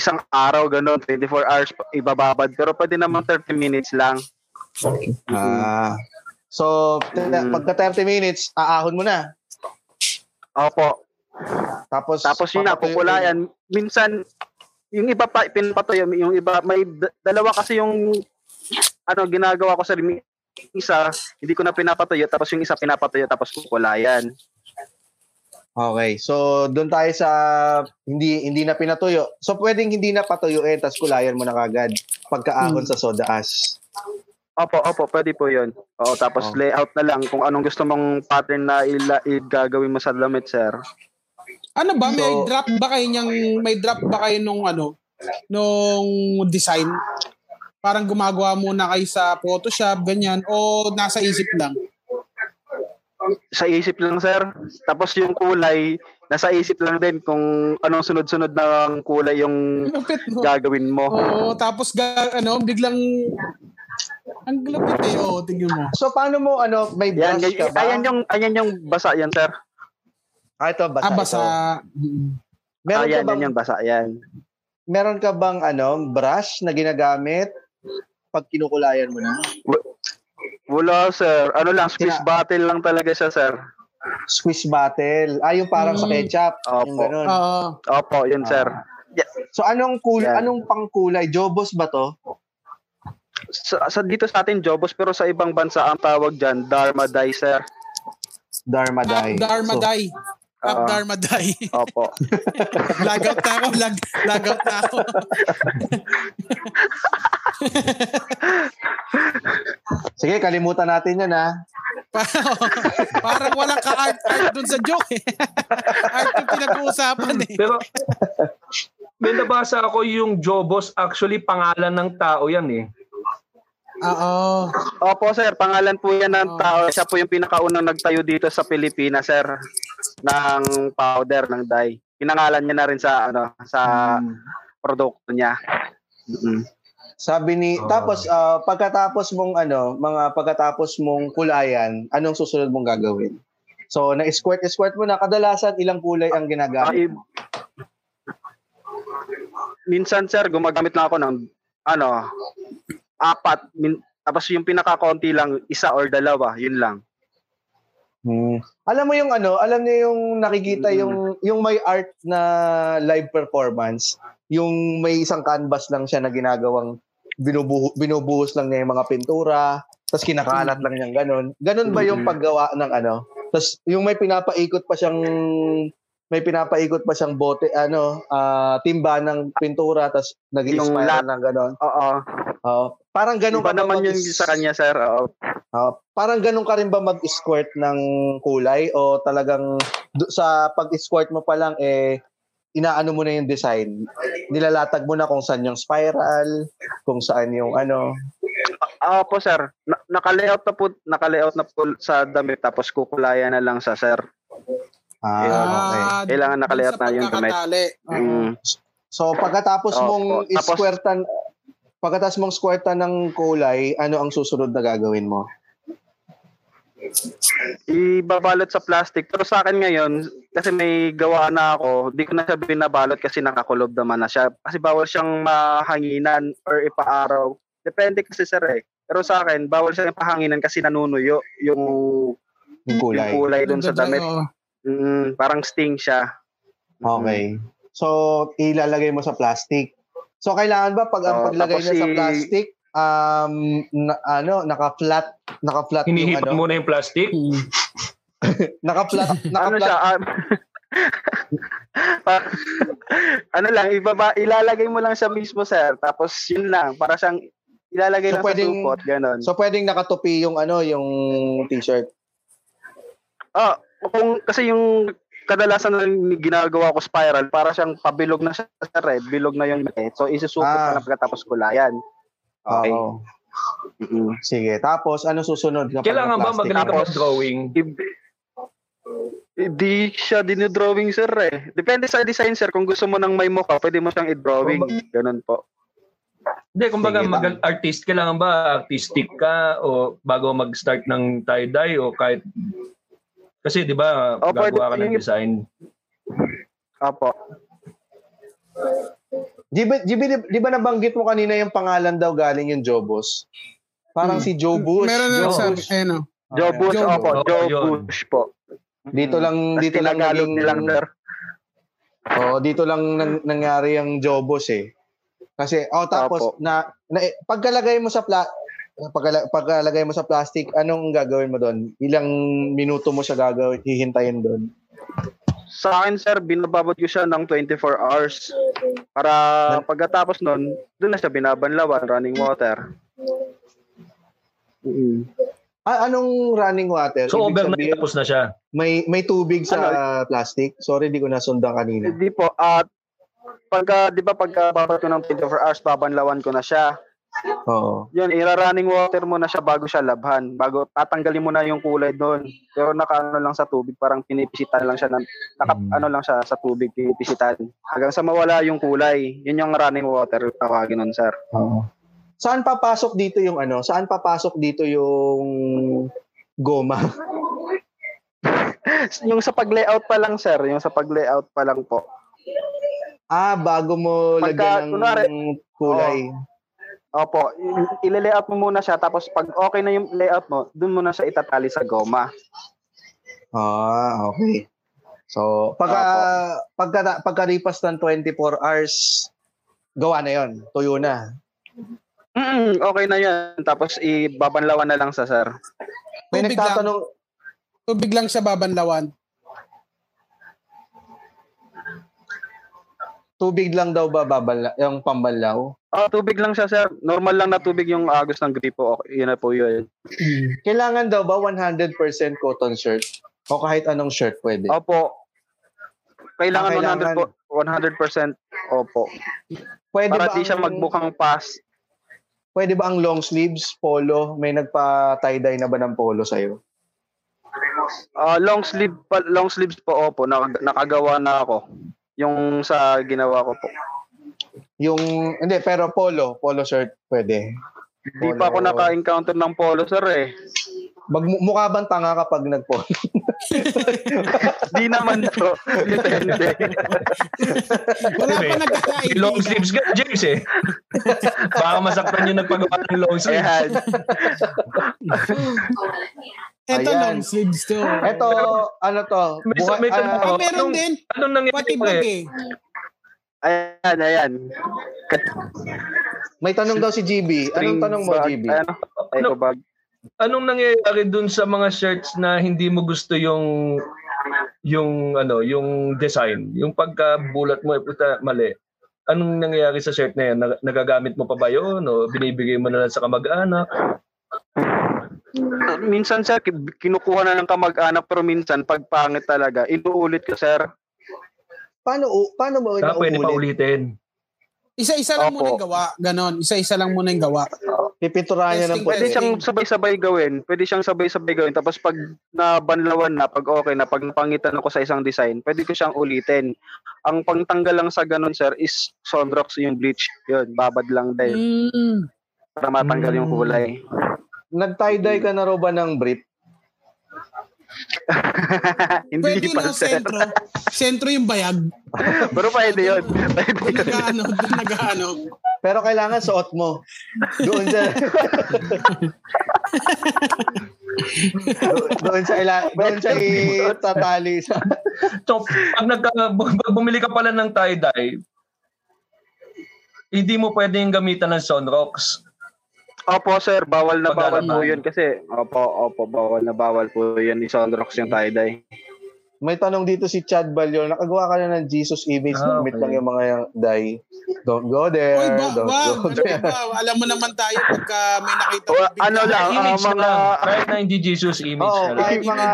Speaker 4: isang araw ganun, 24 hours pa- ibababad. Pero pwede naman 30 minutes lang. Mm-hmm.
Speaker 1: Ah. So, tina-
Speaker 4: Mm.
Speaker 1: pagka 30 minutes, aahon mo na.
Speaker 4: Opo.
Speaker 1: Tapos,
Speaker 4: Tapos yun na,
Speaker 1: papatuyo-
Speaker 4: kukulayan. Minsan, yung iba pa, pinapatuyo, yung iba, may d- dalawa kasi yung, ano, ginagawa ko sa yung isa, hindi ko na pinapatuyo, tapos yung isa pinapatuyo, tapos kukulayan.
Speaker 1: Okay, so doon tayo sa hindi hindi na pinatuyo. So pwedeng hindi na patuyuin tas kulayan mo na kagad pagkaahon
Speaker 4: Mm.
Speaker 1: sa soda ash.
Speaker 4: Opo, opo, pwede po yun. Oo, tapos
Speaker 1: Oh.
Speaker 4: layout na lang kung anong gusto mong pattern na ila- igagawin mo sa damit, sir.
Speaker 2: Ano ba? May
Speaker 1: So-
Speaker 2: drop ba kayo niyang, may drop ba kayo nung ano? Nung design? Parang gumagawa muna kayo sa Photoshop, ganyan. O nasa isip lang.
Speaker 4: sa isip lang, sir. Tapos yung kulay, nasa isip lang din kung anong sunod-sunod na kulay yung
Speaker 2: Lupit mo.
Speaker 4: gagawin mo.
Speaker 2: Oo, tapos ga, ano, biglang... Ang lupit eh, oo, tingnan mo.
Speaker 1: So, paano mo, ano, may
Speaker 4: Yan,
Speaker 1: brush
Speaker 4: yan,
Speaker 1: ka ba?
Speaker 4: ayan yung ayan yung basa yan, sir.
Speaker 1: Ah, ito, basa.
Speaker 2: Ah, basa.
Speaker 1: ito.
Speaker 2: Mm.
Speaker 1: Meron ka
Speaker 4: ayan,
Speaker 1: bang,
Speaker 4: Ah, yan yung basa, yan.
Speaker 1: meron ka bang, ano, brush na ginagamit pag kinukulayan mo na?
Speaker 4: Wala, sir. Ano lang, squeeze
Speaker 1: Sina-
Speaker 4: bottle lang talaga siya, sir.
Speaker 1: Squeeze bottle. Ah, yung parang sa
Speaker 2: Mm.
Speaker 1: ketchup. Yung Ah.
Speaker 4: Opo.
Speaker 1: ganun.
Speaker 2: Oo.
Speaker 4: Opo, yun, sir.
Speaker 1: So, anong kul
Speaker 4: Yan.
Speaker 1: anong pangkulay? Jobos ba to?
Speaker 4: Sa, sa dito sa atin, Jobos, pero sa ibang bansa ang tawag dyan, Dharma Dye, sir.
Speaker 1: Dharma
Speaker 2: Tap
Speaker 1: dye.
Speaker 2: Dharma
Speaker 1: So,
Speaker 2: Dai. Tap
Speaker 4: Oo.
Speaker 2: Dharma Dai.
Speaker 4: Opo.
Speaker 2: Lagout na ako. Lag, lagout na ako.
Speaker 1: Sige, kalimutan natin yan, ha?
Speaker 2: Parang, parang walang ka-art art dun sa joke eh. art yung pinag-uusapan eh.
Speaker 3: Pero may nabasa ako yung Jobos, actually pangalan ng tao yan eh.
Speaker 2: Oo.
Speaker 4: Opo, sir. Pangalan po yan ng tao. Siya po yung pinakaunang nagtayo dito sa Pilipinas, sir, ng powder, ng dye. Pinangalan niya na rin sa, ano, sa produkto niya. Mm.
Speaker 1: Sabi ni
Speaker 3: Oo.
Speaker 1: tapos ah, pagkatapos mong ano, mga pagkatapos mong kulayan, anong susunod mong gagawin? So na-squirt squirt mo na kadalasan ilang kulay ang
Speaker 4: Ah,
Speaker 1: ginagamit?
Speaker 4: i- minsan, sir, gumagamit lang ako ng, ano, apat. Min- tapos yung pinakakonti lang, isa or dalawa, yun lang.
Speaker 1: Hmm. Alam mo yung ano, alam niyo yung nakikita
Speaker 4: Mm.
Speaker 1: yung yung may art na live performance, yung may isang canvas lang siya na ginagawang binubuhu, binubuhos lang niya yung mga pintura, tapos kinakalat lang niyang ganun. Ganun ba yung
Speaker 4: Mm.
Speaker 1: paggawa ng ano? Tapos yung may pinapaikot pa siyang may pinapaikot pa siyang bote ano, ah, timba ng pintura tapos
Speaker 4: Yung
Speaker 1: nag-inspire
Speaker 4: lap.
Speaker 1: ng ganun.
Speaker 4: Oo.
Speaker 1: Oo. parang ganun
Speaker 4: Iba
Speaker 1: ba
Speaker 4: naman yun
Speaker 1: mag-is-
Speaker 4: sa kanya, sir. Oo.
Speaker 1: Ah, parang ganun ka rin ba mag-squirt ng kulay o talagang do- sa pag-squirt mo pa lang eh inaano mo na yung design. Nilalatag mo na kung saan yung spiral, kung saan yung ano.
Speaker 4: Ah, po sir. Na- naka-layout na po, naka-layout na po sa damit tapos kukulayan na lang sa sir.
Speaker 1: Ah, okay.
Speaker 4: Kailangan nakalayat na yung kamay.
Speaker 2: pagkakatali.
Speaker 5: Ah.
Speaker 2: Oo.
Speaker 4: Mm.
Speaker 1: So pagkatapos
Speaker 4: Opo.
Speaker 1: mong
Speaker 4: Tapos-
Speaker 1: squirtan pagkatapos mong squirtan ng kulay, ano ang susunod na gagawin mo?
Speaker 4: Ibabalot sa plastic. Pero sa akin ngayon, kasi may gawa na ako, di ko na siya binabalot kasi nakakulob naman na siya. Kasi bawal siyang mahanginan or ipaaraw. Depende kasi sir eh. Pero sa akin, bawal siyang ipahanginan kasi nanunuyo yung,
Speaker 1: Yung
Speaker 4: yung
Speaker 1: kulay.
Speaker 4: kulay dun sa damit.
Speaker 2: Oo.
Speaker 4: Mm, parang sting siya.
Speaker 1: Okay. So ilalagay mo sa plastic. So kailangan ba pag ang
Speaker 4: Oo,
Speaker 1: paglagay
Speaker 4: Ah, tapos
Speaker 1: niya sa
Speaker 4: i-
Speaker 1: plastic um na- ano naka-flat naka-flat yung
Speaker 3: Hinihipan
Speaker 1: ano
Speaker 3: mo na yung plastic.
Speaker 2: Mm.
Speaker 1: naka-flat
Speaker 4: ano
Speaker 1: naka-flat
Speaker 4: siya? ah, pa- ano lang, ibaba, ilalagay mo lang siya mismo, sir. Tapos yun lang, para siyang ilalagay
Speaker 1: So,
Speaker 4: lang
Speaker 1: pwedeng-
Speaker 4: sa supot, ganun.
Speaker 1: So pwedeng nakatupi yung ano yung t-shirt.
Speaker 4: ah, kung, kasi yung kadalasan na yung ginagawa ko spiral, para siyang pabilog na siya sa red, bilog na yung red. So isusupot
Speaker 1: Ah.
Speaker 4: na lang pagkatapos kulayan. Okay.
Speaker 1: Oo.
Speaker 4: Mm-mm.
Speaker 1: Sige. Tapos ano susunod na
Speaker 3: Kailangan ba
Speaker 1: plastic?
Speaker 3: magaling ka
Speaker 4: Tapos-
Speaker 3: mag-drawing?
Speaker 4: Ib- Hindi siya dinidrawing, sir, eh. Depende sa design, sir. Kung gusto mo ng may mukha, pwede mo siyang i-drawing. Ganun po.
Speaker 3: Hindi, kumbaga
Speaker 1: Sige,
Speaker 3: mag artist, kailangan ba artistic ka o bago mag-start ng tie-dye o kahit... Kasi di ba,
Speaker 4: Oh, pwede
Speaker 3: gagawa ka ng
Speaker 4: yung-
Speaker 3: design.
Speaker 4: Apo.
Speaker 1: Di ba, di, ba, di ba nabanggit mo kanina yung pangalan daw galing yung Jobos? Parang
Speaker 4: Hmm.
Speaker 1: si Jobus.
Speaker 2: Meron na
Speaker 3: Joe
Speaker 2: lang sa,
Speaker 3: Bush.
Speaker 2: eh no.
Speaker 4: Joe Bush,
Speaker 2: Joe
Speaker 4: opo.
Speaker 3: Bush.
Speaker 4: Joe
Speaker 3: Oo, yun.
Speaker 4: Bush po.
Speaker 1: Dito lang
Speaker 4: Tapos
Speaker 1: dito lang
Speaker 4: tinagalog
Speaker 1: naging-
Speaker 4: nilang sir.
Speaker 1: Oo, dito lang nang, nangyari ang Jobos eh. Kasi oh tapos
Speaker 4: Opo.
Speaker 1: na, na pagkalagay mo sa pla pagkala- pagkalagay mo sa plastic, anong gagawin mo doon? Ilang minuto mo siya gagawin hihintayin doon?
Speaker 4: Sa akin, sir, binababot ko siya ng 24 hours. Para pagkatapos nun, doon na siya binabanlawan, running water. Mm-hmm. Mm-mm.
Speaker 1: Ah, anong running water?
Speaker 3: So,
Speaker 1: Ibig
Speaker 3: overnight
Speaker 1: sabihin,
Speaker 3: tapos na siya.
Speaker 1: may may tubig sa
Speaker 4: Ano?
Speaker 1: ah, plastic. Sorry, di ko nasundan
Speaker 4: Eh,
Speaker 1: kanina.
Speaker 4: Hindi po, at pagka, di ba pagka babot ko ng 24 hours, babanlawan ko na siya.
Speaker 1: Oo.
Speaker 4: Yun, irarunning water mo na siya bago siya labhan. Bago tatanggalin mo na yung kulay doon. Pero nakaano lang sa tubig, parang pinipisitan lang siya ng naka,
Speaker 3: Mm.
Speaker 4: ano lang siya sa tubig, pinipisitan. Hanggang sa mawala yung kulay. Yun yung running water tawagin nun, sir.
Speaker 1: Oo. Saan papasok dito yung ano? Saan papasok dito yung goma?
Speaker 4: Yung sa pag-layout pa lang, sir. Yung sa pag-layout pa lang po.
Speaker 1: Ah, bago mo
Speaker 4: Pagka-
Speaker 1: lagyan ng
Speaker 4: kunwari-
Speaker 1: kulay.
Speaker 4: Opo, i- ile-layout mo muna siya tapos pag okay na yung layout mo, doon mo na siya itatali sa goma.
Speaker 1: Ah, okay. So, pagka, pagka, pagkalipas ng 24 hours, gawa na yon Tuyo na.
Speaker 4: Mm, okay na 'yan. Tapos ibabanlawan na lang sa sir.
Speaker 1: May
Speaker 2: Tubig
Speaker 1: nagtatanong,
Speaker 2: Tubig lang siya babanlawan.
Speaker 1: tubig lang daw ba babala, yung pambanlaw?
Speaker 4: Oh, tubig lang siya sir. Normal lang na tubig yung agos ng gripo. Okay, yun na po 'yun.
Speaker 1: Kailangan daw ba 100% cotton shirt? O kahit anong shirt pwede?
Speaker 4: Opo. Kailangan,
Speaker 1: Ah, kailangan.
Speaker 4: 100 po, 100% opo.
Speaker 1: Pwede
Speaker 4: Para di
Speaker 1: ang-
Speaker 4: siya magbukang pass.
Speaker 1: Pwede ba ang long sleeves, polo? May nagpa tie-dye na ba ng polo sa'yo?
Speaker 4: Ah, long sleeve pa, long sleeves po opo. Nak- nakagawa na ako yung sa ginawa ko po.
Speaker 1: Yung, hindi, pero polo, polo shirt pwede.
Speaker 4: Hindi pa ako
Speaker 1: Polo.
Speaker 4: naka-encounter ng polo sir eh.
Speaker 1: Mag, mukha bang tanga kapag nagpolo?
Speaker 4: Di naman po. Depende.
Speaker 2: Wala pa nagkakaibig.
Speaker 3: May long sleeves ka, James eh. Baka masaktan yung nagpagawa ng long sleeves.
Speaker 4: Ayan.
Speaker 2: Ito
Speaker 1: Ayan.
Speaker 2: long sleeves to.
Speaker 1: Eto, ano to?
Speaker 3: May-
Speaker 1: buhay-
Speaker 3: may tanong
Speaker 1: ah,
Speaker 2: Ah,
Speaker 3: ako.
Speaker 2: meron
Speaker 3: Anong-
Speaker 2: din.
Speaker 3: Anong nangyari ko
Speaker 2: Patibag
Speaker 3: eh?
Speaker 2: eh.
Speaker 4: Ayan, ayan.
Speaker 1: may tanong daw si GB. Anong
Speaker 4: String
Speaker 1: tanong mo,
Speaker 4: bag,
Speaker 1: GB?
Speaker 4: Ano? Eco bag.
Speaker 3: Anong nangyayari dun sa mga shirts na hindi mo gusto yung yung ano, yung design, yung pagkabulat mo eh puta mali. Anong nangyayari sa shirt na yan? Nag- Nagagamit mo pa ba yun? O binibigay mo na lang sa kamag-anak?
Speaker 4: Minsan, sir, kin- kinukuha na ng kamag-anak, pero minsan, pag pangit talaga, inuulit ko, sir.
Speaker 1: Paano, u- paano mo
Speaker 3: Saka pwede pa
Speaker 1: nauulit?
Speaker 3: ulitin.
Speaker 2: Isa-isa lang
Speaker 4: Opo.
Speaker 2: muna yung gawa. Ganon. Isa-isa lang muna yung gawa.
Speaker 1: Pipinturahan niya ng
Speaker 2: Testing,
Speaker 1: puti.
Speaker 4: Pwede siyang sabay-sabay gawin. Pwede siyang sabay-sabay gawin. Tapos, pag nabanlawan na, pag okay na, pag napangitan ako sa isang design, pwede ko siyang ulitin. Ang pangtanggal lang sa ganun, sir, is Sonrox yung bleach. Yun, babad lang din
Speaker 2: Mm.
Speaker 4: para matanggal yung
Speaker 3: Mm.
Speaker 4: kulay.
Speaker 1: Nag-tie-dye ka na raw ba ng brief?
Speaker 4: Hindi
Speaker 2: Pwede
Speaker 4: pa,
Speaker 2: na
Speaker 4: sir.
Speaker 2: sentro. Sentro yung bayag.
Speaker 4: Pero pwede yun. Pwede
Speaker 2: Doon
Speaker 4: yun.
Speaker 2: nag-ano. Doon nag-ano.
Speaker 1: Pero kailangan suot mo. Doon sa... Do- doon sa ila, doon sa itatali sa
Speaker 3: So, pag, nagka, pag bumili ka pala ng tie-dye, hindi mo pwedeng gamitan ng Sunrox.
Speaker 4: Opo sir, bawal na bawal
Speaker 3: Paglalaba.
Speaker 4: po yun kasi. Opo, opo, bawal na bawal po yun. Isonrox yung tie-dye.
Speaker 1: May tanong dito si Chad Balyon, nakagawa ka na ng Jesus image,
Speaker 3: Ah,
Speaker 1: namit
Speaker 3: okay.
Speaker 1: lang yung mga yung die. Don't go there,
Speaker 2: Uy, ba,
Speaker 1: don't
Speaker 2: ba,
Speaker 1: go
Speaker 2: ano
Speaker 1: there.
Speaker 2: ba, alam mo naman tayo pagka may nakita
Speaker 4: O, ano lang, ah,
Speaker 3: image na
Speaker 4: mga...
Speaker 3: lang. Kahit na hindi Jesus image
Speaker 1: Oo,
Speaker 3: na lang.
Speaker 1: kahit Oh, mga...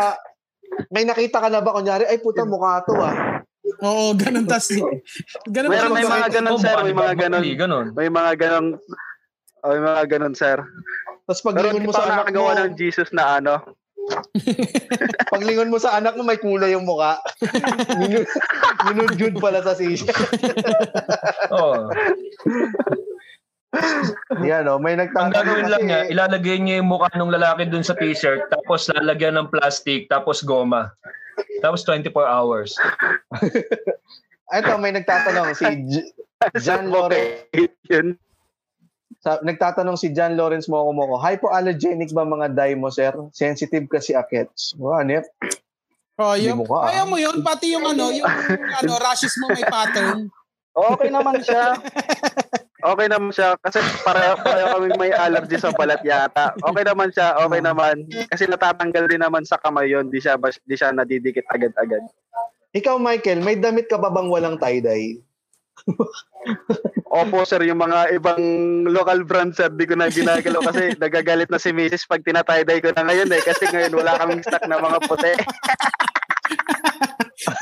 Speaker 1: May nakita ka na ba, kunyari, ay puta, mukha to ah.
Speaker 2: Oo, ganun tas. Ganun tas-
Speaker 4: Meron may mga ganun, sir, may mga ganun.
Speaker 3: Hindi, ganun.
Speaker 4: May mga ganun... O, may mga ganun sir.
Speaker 1: Tapos
Speaker 4: Pero
Speaker 1: paglingon
Speaker 4: hindi
Speaker 1: mo sa
Speaker 4: pa ako
Speaker 1: anak mo,
Speaker 4: nakagawa ng Jesus na ano.
Speaker 1: paglingon mo sa anak mo, may kulay yung mukha. Minun- Minudyod pala sa sisya.
Speaker 3: Oo.
Speaker 1: Yan o, may
Speaker 3: Ang
Speaker 1: nagtatanong
Speaker 3: gagawin
Speaker 1: kasi,
Speaker 3: lang
Speaker 1: eh,
Speaker 3: niya, ilalagay niya yung mukha ng lalaki dun sa t-shirt, tapos lalagyan ng plastic, tapos goma. Tapos 24 hours.
Speaker 1: Eto, may nagtatanong si J- Jan Lawrence.
Speaker 4: yun.
Speaker 1: Sa, nagtatanong si John Lawrence Mokomoko, hypoallergenic ba mga dye mo, sir? Sensitive kasi akets. Wow, ano nip.
Speaker 2: Oh,
Speaker 1: Hindi
Speaker 2: yung,
Speaker 1: mo ka, ah.
Speaker 2: ayaw mo yun, pati yung ano, yung ano, rashes mo may pattern.
Speaker 4: Okay naman siya. Okay naman siya kasi pareho pareho kami may allergy sa balat yata. Okay naman siya, okay naman. Kasi natatanggal din naman sa kamay yun, di siya bas- di siya nadidikit agad-agad.
Speaker 1: Ikaw, Michael, may damit ka ba bang walang tie-dye?
Speaker 4: Opo sir, yung mga ibang local brand sir, di ko na ginagalaw kasi nagagalit na si Mrs. pag tinatayday ko na ngayon eh. Kasi ngayon wala kaming stock na mga puti.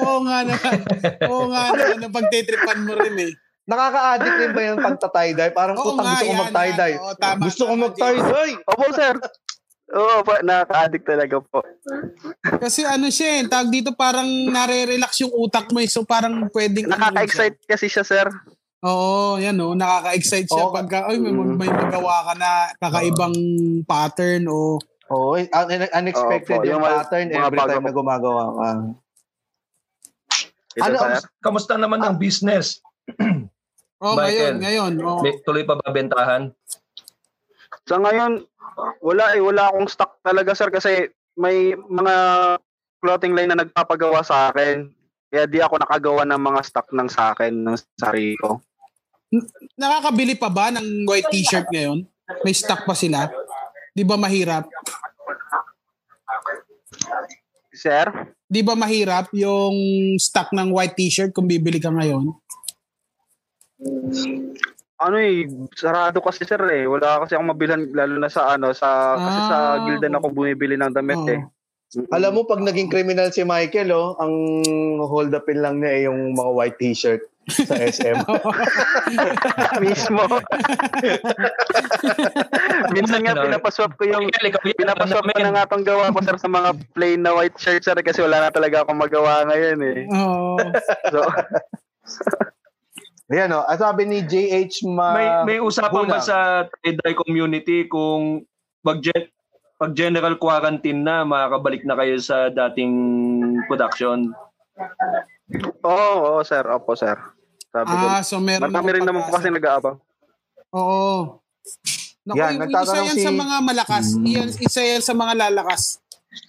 Speaker 2: Oo nga naman. Oo nga naman, napagtitripan mo rin eh.
Speaker 1: Nakaka-addict rin ba yung pagta-tie-dye? Parang,
Speaker 2: Oo
Speaker 1: putang,
Speaker 2: nga,
Speaker 1: gusto ko
Speaker 2: yan,
Speaker 1: mag-tie-dye.
Speaker 2: yan. Oo, tama,
Speaker 1: gusto ko
Speaker 2: tama,
Speaker 1: mag-tie-dye.
Speaker 4: Opo, sir. Oo, pa, nakaka-addict talaga po.
Speaker 2: Kasi ano siya eh, tawag dito parang nare-relax yung utak mo eh. So parang pwedeng... ano
Speaker 4: Nakaka-excite kasi siya, sir.
Speaker 2: siya. Oo, yan o. Nakaka-excite siya
Speaker 1: Oo.
Speaker 2: pagka, ay, may,
Speaker 4: Mm.
Speaker 2: may magawa ka na kakaibang pattern o...
Speaker 1: Oo, oh, unexpected
Speaker 4: Opo,
Speaker 1: yung
Speaker 4: yung mga-
Speaker 1: pattern
Speaker 4: mga
Speaker 1: every
Speaker 4: bago
Speaker 1: time na
Speaker 4: mo-
Speaker 1: gumagawa ka.
Speaker 4: Ito,
Speaker 1: Ano,
Speaker 4: sir.
Speaker 3: Kamusta naman ang business?
Speaker 2: Oh, ngayon,
Speaker 3: Michael.
Speaker 2: ngayon. oo.
Speaker 3: May, tuloy pa ba bentahan?
Speaker 4: Sa ngayon, wala eh. Wala akong stock talaga, sir. Kasi may mga clothing line na nagpapagawa sa akin. Kaya di ako nakagawa ng mga stock ng sa akin, ng sarili ko.
Speaker 2: Nakakabili pa ba ng white t-shirt ngayon? May stock pa sila? Di ba mahirap?
Speaker 4: Sir?
Speaker 2: Di ba mahirap yung stock ng white t-shirt kung bibili ka ngayon?
Speaker 4: Ano eh, sarado kasi sir eh. Wala kasi akong mabilhan lalo na sa ano, sa kasi sa
Speaker 2: Ah,
Speaker 4: gildan ako bumibili ng damit
Speaker 2: Oo.
Speaker 4: eh.
Speaker 1: Alam mo, pag naging criminal si Michael, oh, ang hold upin lang niya ay yung mga white t-shirt sa SM.
Speaker 4: mismo. Minsan nga
Speaker 3: Ano?
Speaker 4: pinapaswap ko yung
Speaker 3: Michael, ikaw yan.
Speaker 4: pinapaswap ko na nga tong gawa ko sir sa mga plain na white shirt sir kasi wala na talaga akong magawa ngayon eh.
Speaker 2: Oo.
Speaker 4: So,
Speaker 1: Ayan, oh. Ang sabi ni JH Ma...
Speaker 3: may may usapan ba
Speaker 1: Bulag.
Speaker 3: sa tie-dye community kung pag gen- pag general quarantine na makakabalik na kayo sa dating production?
Speaker 4: oo, oo, sir, opo sir. Sabi ko.
Speaker 2: ah, so meron
Speaker 4: Marami rin naman po kasi nag-aabang.
Speaker 2: Oo. Naku,
Speaker 1: Yan,
Speaker 2: yung isa
Speaker 1: nagtatanong
Speaker 2: yan
Speaker 1: si-
Speaker 2: sa mga malakas. Yan, isa yan sa mga lalakas.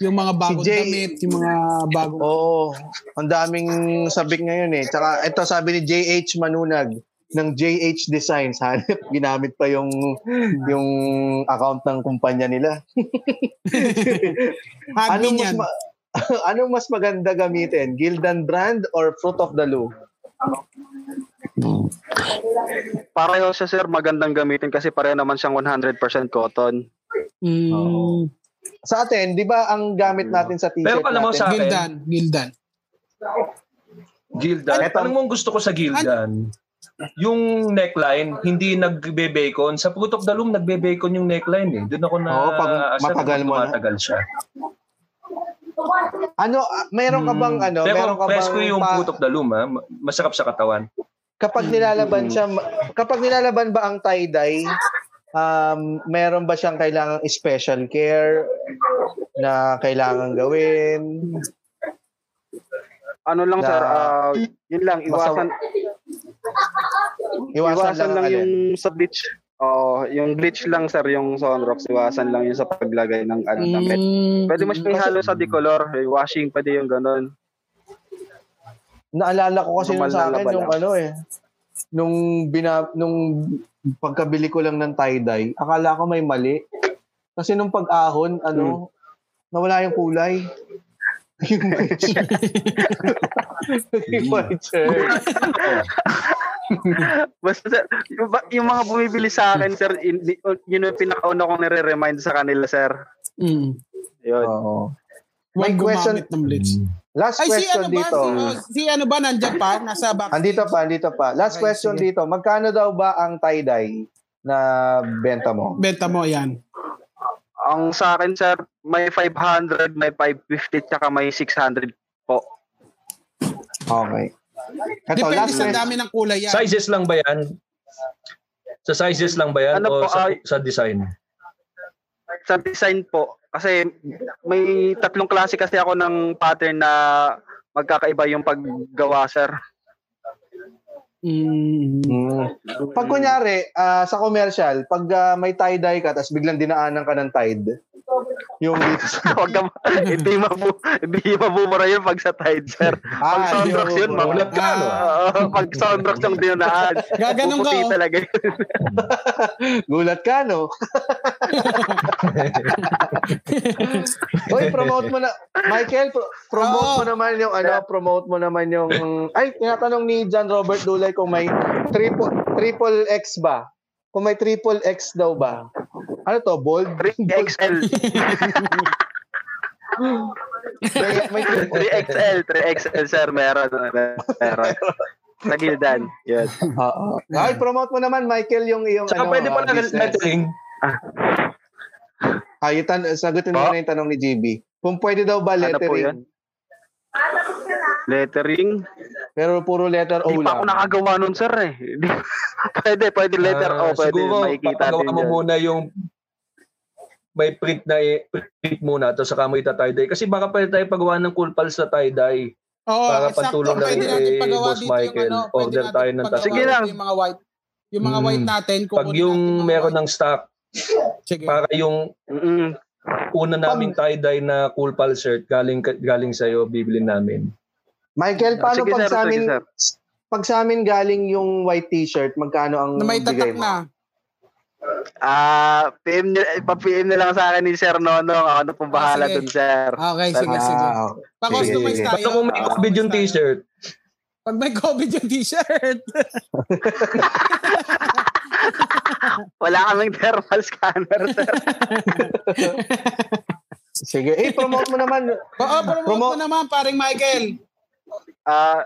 Speaker 2: Yung mga bagong
Speaker 1: Jay-
Speaker 2: damit, yung mga bagong...
Speaker 1: Oo. ang daming sabik ngayon eh. Tsaka ito sabi ni JH Manunag ng JH Designs. Hanip, ginamit pa yung yung account ng kumpanya nila.
Speaker 2: Handy
Speaker 1: Anong mas,
Speaker 2: yan.
Speaker 1: ma- anong mas maganda gamitin? Gildan brand or Fruit of the Loom?
Speaker 4: Pareho siya sir, magandang gamitin kasi pareho naman siyang 100% cotton.
Speaker 2: Mm,
Speaker 1: Sa atin, di ba ang gamit natin sa t-shirt
Speaker 3: Pero alam mo
Speaker 1: natin?
Speaker 3: sa akin,
Speaker 2: Gildan, Gildan.
Speaker 3: Gildan.
Speaker 1: Eto.
Speaker 3: Anong mong gusto ko sa Gildan? Yung neckline, hindi nagbe-bacon. Sa Fruit of the Loom, nagbe-bacon yung neckline eh. Doon ako na
Speaker 1: Oo, pag
Speaker 3: asya
Speaker 1: matagal
Speaker 3: kung
Speaker 1: mo na.
Speaker 3: tumatagal siya.
Speaker 1: Ano, ah, meron ka bang ano?
Speaker 3: Hmm. Pero
Speaker 1: meron ka bang
Speaker 3: best ko yung
Speaker 1: pa-
Speaker 3: Fruit of the Loom ha. Ma- Masarap sa katawan.
Speaker 1: kapag nilalaban siya, ma- kapag nilalaban ba ang tie-dye, um, meron ba siyang kailangang special care na kailangan gawin?
Speaker 4: Ano lang
Speaker 1: Na-
Speaker 4: sir, ah, yun lang,
Speaker 1: Basta-
Speaker 4: iwasan,
Speaker 1: Iwasan, lang, alin.
Speaker 4: yung sa bleach. Oo, yung bleach lang sir, yung sunrocks, iwasan lang yun sa paglagay ng ano,
Speaker 3: Hmm.
Speaker 4: damit.
Speaker 2: Mm,
Speaker 4: Pwede mo siyang ihalo sa decolor, eh, washing, pwede yung ganun.
Speaker 1: Naalala ko kasi nung sa akin
Speaker 4: Lumalalaban
Speaker 1: yung
Speaker 4: lang.
Speaker 1: ano eh. Nung, bina, nung pagkabili ko lang ng tie-dye, akala ko may mali. Kasi nung pag-ahon, ano, nawala yung kulay. Yung white shirt. yung white shirt.
Speaker 4: Basta sir, yung, ba- yung mga bumibili sa akin sir, in- yun yung pinakauna kong nire-remind sa kanila sir.
Speaker 2: mm.
Speaker 3: Hmm.
Speaker 4: Yun.
Speaker 1: Oo.
Speaker 2: Huwag
Speaker 1: My question-
Speaker 2: gumamit ng
Speaker 3: Hmm.
Speaker 2: blitz.
Speaker 1: Hmm. Last
Speaker 2: Ay, si
Speaker 1: question
Speaker 2: ano ba?
Speaker 1: dito.
Speaker 2: Si, oh, si ano ba? Nandiyan pa? Nasa back.
Speaker 1: Andito pa, andito pa. Last
Speaker 2: Okay,
Speaker 1: question
Speaker 2: sige.
Speaker 1: dito. Magkano daw ba ang tie-dye na benta mo?
Speaker 2: Benta mo yan.
Speaker 4: Ang sa akin sir, may 500, may 550, tsaka may 600 po.
Speaker 1: Okay. Ito,
Speaker 2: Depende
Speaker 1: last
Speaker 2: sa
Speaker 1: question.
Speaker 2: dami ng kulay yan.
Speaker 3: Sizes lang ba yan? Sa sizes lang ba yan o
Speaker 4: Ano po,
Speaker 3: sa,
Speaker 4: ay-
Speaker 3: sa design?
Speaker 4: Sa design po, kasi may tatlong klase kasi ako ng pattern na magkakaiba yung paggawa sir.
Speaker 2: Mm.
Speaker 3: Hmm.
Speaker 1: Mm. Pag kunyari, ah, sa commercial, pag ah, may tie-dye ka, tapos biglang dinaanan ka ng tide, yung dito sa...
Speaker 4: Wag ka, hindi mabu hindi mabumura yun pag sa tide, sir. Pag
Speaker 1: Ah,
Speaker 4: soundrock
Speaker 1: yun.
Speaker 4: yun, magulat ka, no? Oo, pag soundrock yung dinaan.
Speaker 1: Ah,
Speaker 2: Gaganon ka,
Speaker 4: puputi
Speaker 2: oh.
Speaker 4: talaga yun.
Speaker 1: Gulat ka, no? Hoy, promote mo na. Michael, pro- promote
Speaker 2: Oo.
Speaker 1: mo naman yung ano, promote mo naman yung... Ay, tinatanong ni John Robert Dulay kung may triple, triple X ba? Kung may triple X daw ba? Ano to, bold?
Speaker 4: 3XL.
Speaker 1: may, may triple
Speaker 4: 3XL. 3XL, sir. Meron. Meron. Tagildan. Yan.
Speaker 1: Oo. Ay, promote mo naman, Michael, yung iyong
Speaker 3: Saka
Speaker 1: ano,
Speaker 3: pwede
Speaker 1: ah,
Speaker 3: pala na
Speaker 1: business.
Speaker 3: lettering.
Speaker 1: Ah, yung tan- sagutin mo
Speaker 4: Po?
Speaker 1: na yung tanong ni GB. Kung pwede daw ba
Speaker 4: Ano po
Speaker 1: lettering?
Speaker 4: yan? Lettering.
Speaker 1: Pero puro letter O
Speaker 4: Hindi pa ako
Speaker 1: lang.
Speaker 4: nakagawa nun, sir eh. pwede, pwede letter
Speaker 1: oh,
Speaker 3: Ah,
Speaker 4: O. Pwede,
Speaker 3: siguro,
Speaker 4: makikita
Speaker 3: papagawa
Speaker 4: din
Speaker 3: mo
Speaker 4: yan.
Speaker 3: muna yung may print na i- print muna to saka mo ita tie-dye kasi baka pwede tayo pagawa ng cool pals na tie-dye
Speaker 2: oh. Oo,
Speaker 3: Para
Speaker 2: exacto.
Speaker 3: pantulong
Speaker 2: Pwede
Speaker 3: ng,
Speaker 2: natin
Speaker 3: eh,
Speaker 2: pagawa
Speaker 3: Boss
Speaker 2: dito
Speaker 3: Michael.
Speaker 2: yung ano, pwede
Speaker 3: Order
Speaker 2: natin
Speaker 3: tayo ng
Speaker 2: pagawa
Speaker 3: tas-
Speaker 4: Sige lang.
Speaker 2: Yung mga white. Yung mga
Speaker 3: Mm.
Speaker 2: white natin.
Speaker 3: pag
Speaker 2: kukunin natin
Speaker 3: yung
Speaker 2: mga
Speaker 3: meron
Speaker 2: white.
Speaker 3: ng stock
Speaker 2: Sige.
Speaker 3: para yung
Speaker 4: Mm-mm.
Speaker 3: una naming tie-dye na cool pals shirt galing ka- galing sa iyo bibilin namin
Speaker 1: Michael,
Speaker 4: Ah,
Speaker 1: paano
Speaker 4: sige,
Speaker 1: pag
Speaker 4: sir,
Speaker 1: sa
Speaker 4: sige,
Speaker 1: amin,
Speaker 4: sir.
Speaker 1: pag sa amin galing yung white t-shirt, magkano ang
Speaker 2: na may tatak
Speaker 1: bigay mo?
Speaker 2: na.
Speaker 4: Ah, PM nila, pa-PM na lang sa akin ni Sir Nonong. Ako na pong bahala
Speaker 2: Ah, sige.
Speaker 4: dun, Sir.
Speaker 2: Okay, sige,
Speaker 1: Ah,
Speaker 2: sige.
Speaker 1: okay.
Speaker 2: Pa-customize
Speaker 1: Sige.
Speaker 2: tayo.
Speaker 3: basta kung may
Speaker 2: Pa-customize
Speaker 3: COVID yung
Speaker 2: tayo.
Speaker 3: t-shirt
Speaker 2: Pag may COVID yung t-shirt.
Speaker 4: Wala kaming thermal scanner, sir.
Speaker 1: Sige. Eh, promote mo naman.
Speaker 2: Oo, promote mo
Speaker 1: Promote.
Speaker 2: naman, paring Michael.
Speaker 4: Ah,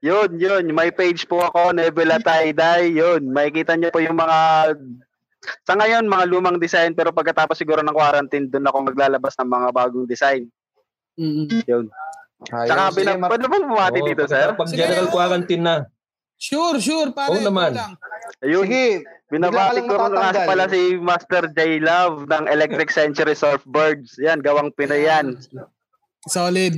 Speaker 4: yun, yun. May page po ako, Nebula Tie-Dye. Yun, makikita niyo po yung mga... Sa ngayon, mga lumang design. Pero pagkatapos siguro ng quarantine, doon ako maglalabas ng mga bagong design. Yun.
Speaker 1: Ayun.
Speaker 4: Tsaka,
Speaker 1: Sige,
Speaker 4: binab-
Speaker 1: ma-
Speaker 4: pwede bang bumati
Speaker 3: Oo,
Speaker 4: dito,
Speaker 3: pag-
Speaker 4: sir?
Speaker 3: pag
Speaker 2: Sige.
Speaker 3: general quarantine na
Speaker 2: Sure, sure, pare.
Speaker 3: Oo
Speaker 2: ikaw
Speaker 3: naman.
Speaker 2: lang.
Speaker 4: Ayun.
Speaker 1: sige. Bigla ka
Speaker 4: Binabati
Speaker 1: lang
Speaker 4: ko rin
Speaker 1: matatanggal.
Speaker 4: kaso pala si Master J Love ng Electric Century Surfbirds. Yan, gawang Pinoy yan.
Speaker 2: Solid.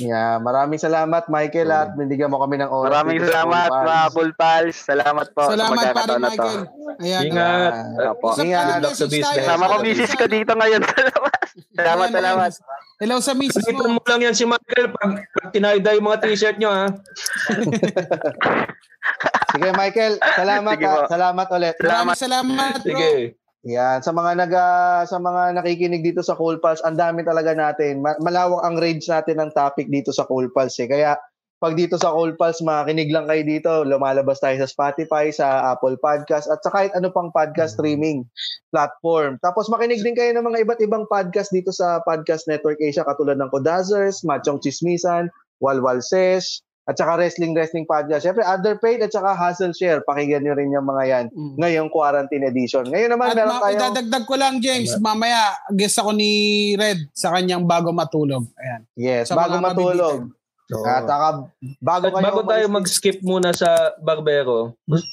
Speaker 1: Yeah, maraming salamat, Michael, at binigyan mo kami ng oras.
Speaker 4: Mm. Maraming
Speaker 1: dito sa
Speaker 4: salamat
Speaker 1: Full Pals.
Speaker 4: mga Full Pals. Salamat po sa
Speaker 2: Salamat,
Speaker 4: pagkakataon
Speaker 2: paring
Speaker 4: na to.
Speaker 2: Michael. Ayan.
Speaker 3: ingat
Speaker 1: Ah,
Speaker 3: At-
Speaker 1: opo.
Speaker 2: Usap
Speaker 1: Ingat.
Speaker 2: tayo,
Speaker 3: Good luck sa
Speaker 2: message tayo.
Speaker 3: business.
Speaker 4: Kasama ko
Speaker 2: Salamat,
Speaker 4: misis ko
Speaker 2: sana.
Speaker 4: dito ngayon sa labas. Salamat,
Speaker 2: Ayan,
Speaker 4: salamat.
Speaker 2: ayan. Hello sa misis
Speaker 3: Palitan
Speaker 2: mo.
Speaker 3: mo lang yan si Michael pag, pag tinayday yung mga t-shirt nyo ha.
Speaker 1: Sige, Michael, salamat.
Speaker 4: Sige
Speaker 1: ah.
Speaker 4: po.
Speaker 1: salamat ulit.
Speaker 2: Maraming salamat, bro.
Speaker 3: Sige.
Speaker 1: Yan, sa mga naga sa mga nakikinig dito sa Cool Pals, ang dami talaga natin. Ma- malawak ang range natin ng topic dito sa Cool Pals eh. Kaya pag dito sa Cool Pals, makinig lang kayo dito. Lumalabas tayo sa Spotify, sa Apple Podcast, at sa kahit ano pang
Speaker 2: Mm.
Speaker 1: podcast streaming platform. Tapos makinig din kayo ng mga iba't ibang podcast dito sa Podcast Network Asia katulad ng Kodazers, Machong Chismisan, Walwal Sesh, at saka Wrestling Wrestling Podcast. Siyempre, Underpaid at saka Hustle Share. Pakinggan nyo rin yung mga yan
Speaker 2: Mm.
Speaker 1: ngayong quarantine edition. Ngayon
Speaker 2: At
Speaker 1: naman, meron
Speaker 2: ma-
Speaker 1: tayo.
Speaker 2: idadagdag ko lang, James, mamaya guest ako ni Red sa kanyang bago matulog. Ayan.
Speaker 1: Yes,
Speaker 2: sa mga
Speaker 1: bago matulog.
Speaker 3: So,
Speaker 1: At saka, bago,
Speaker 3: At
Speaker 1: kayo
Speaker 3: bago tayo
Speaker 1: umalis-
Speaker 3: mag-skip muna sa Barbero, gus-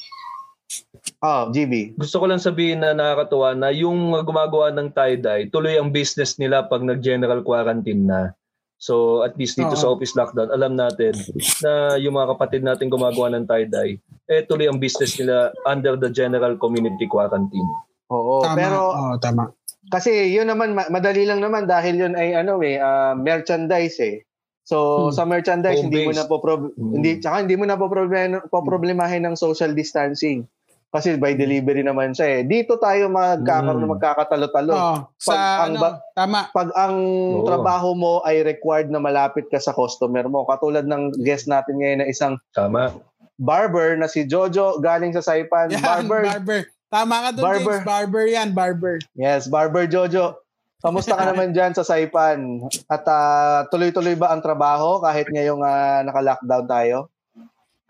Speaker 1: Oh, GB.
Speaker 3: gusto ko lang sabihin na nakakatuwa na yung mga gumagawa ng tie-dye, tuloy ang business nila pag nag-general quarantine na. So at least dito
Speaker 2: Oo.
Speaker 3: sa office lockdown, alam natin na yung mga kapatid natin gumagawa ng tie-dye, eh tuloy ang business nila under the general community quarantine.
Speaker 1: Oo,
Speaker 2: tama.
Speaker 1: Oh, pero
Speaker 2: Oo, tama.
Speaker 1: kasi yun naman, ma- madali lang naman dahil yun ay ano eh, ah, merchandise eh. So,
Speaker 2: Hmm.
Speaker 1: sa merchandise, hindi mo na
Speaker 3: Home-based.
Speaker 1: po, prob-
Speaker 3: Hmm.
Speaker 1: hindi, tsaka hindi mo na po problema, problemahin ng social distancing. Kasi by delivery naman siya eh. Dito tayo magkakaroon,
Speaker 3: Hmm.
Speaker 1: magkakatalo-talo.
Speaker 2: Oo, sa
Speaker 1: ang
Speaker 2: ano,
Speaker 1: ba-
Speaker 2: tama.
Speaker 1: pag ang
Speaker 3: Oo.
Speaker 1: trabaho mo ay required na malapit ka sa customer mo, katulad ng guest natin ngayon na isang
Speaker 3: Tama.
Speaker 1: barber na si Jojo galing sa Saipan.
Speaker 2: Yan, barber.
Speaker 1: barber.
Speaker 2: Tama ka doon,
Speaker 1: Barber.
Speaker 2: James. Barber yan, barber.
Speaker 1: yes, Barber Jojo. Kamusta ka naman dyan sa Saipan? At ah, tuloy-tuloy ba ang trabaho kahit ngayong ah, naka-lockdown tayo?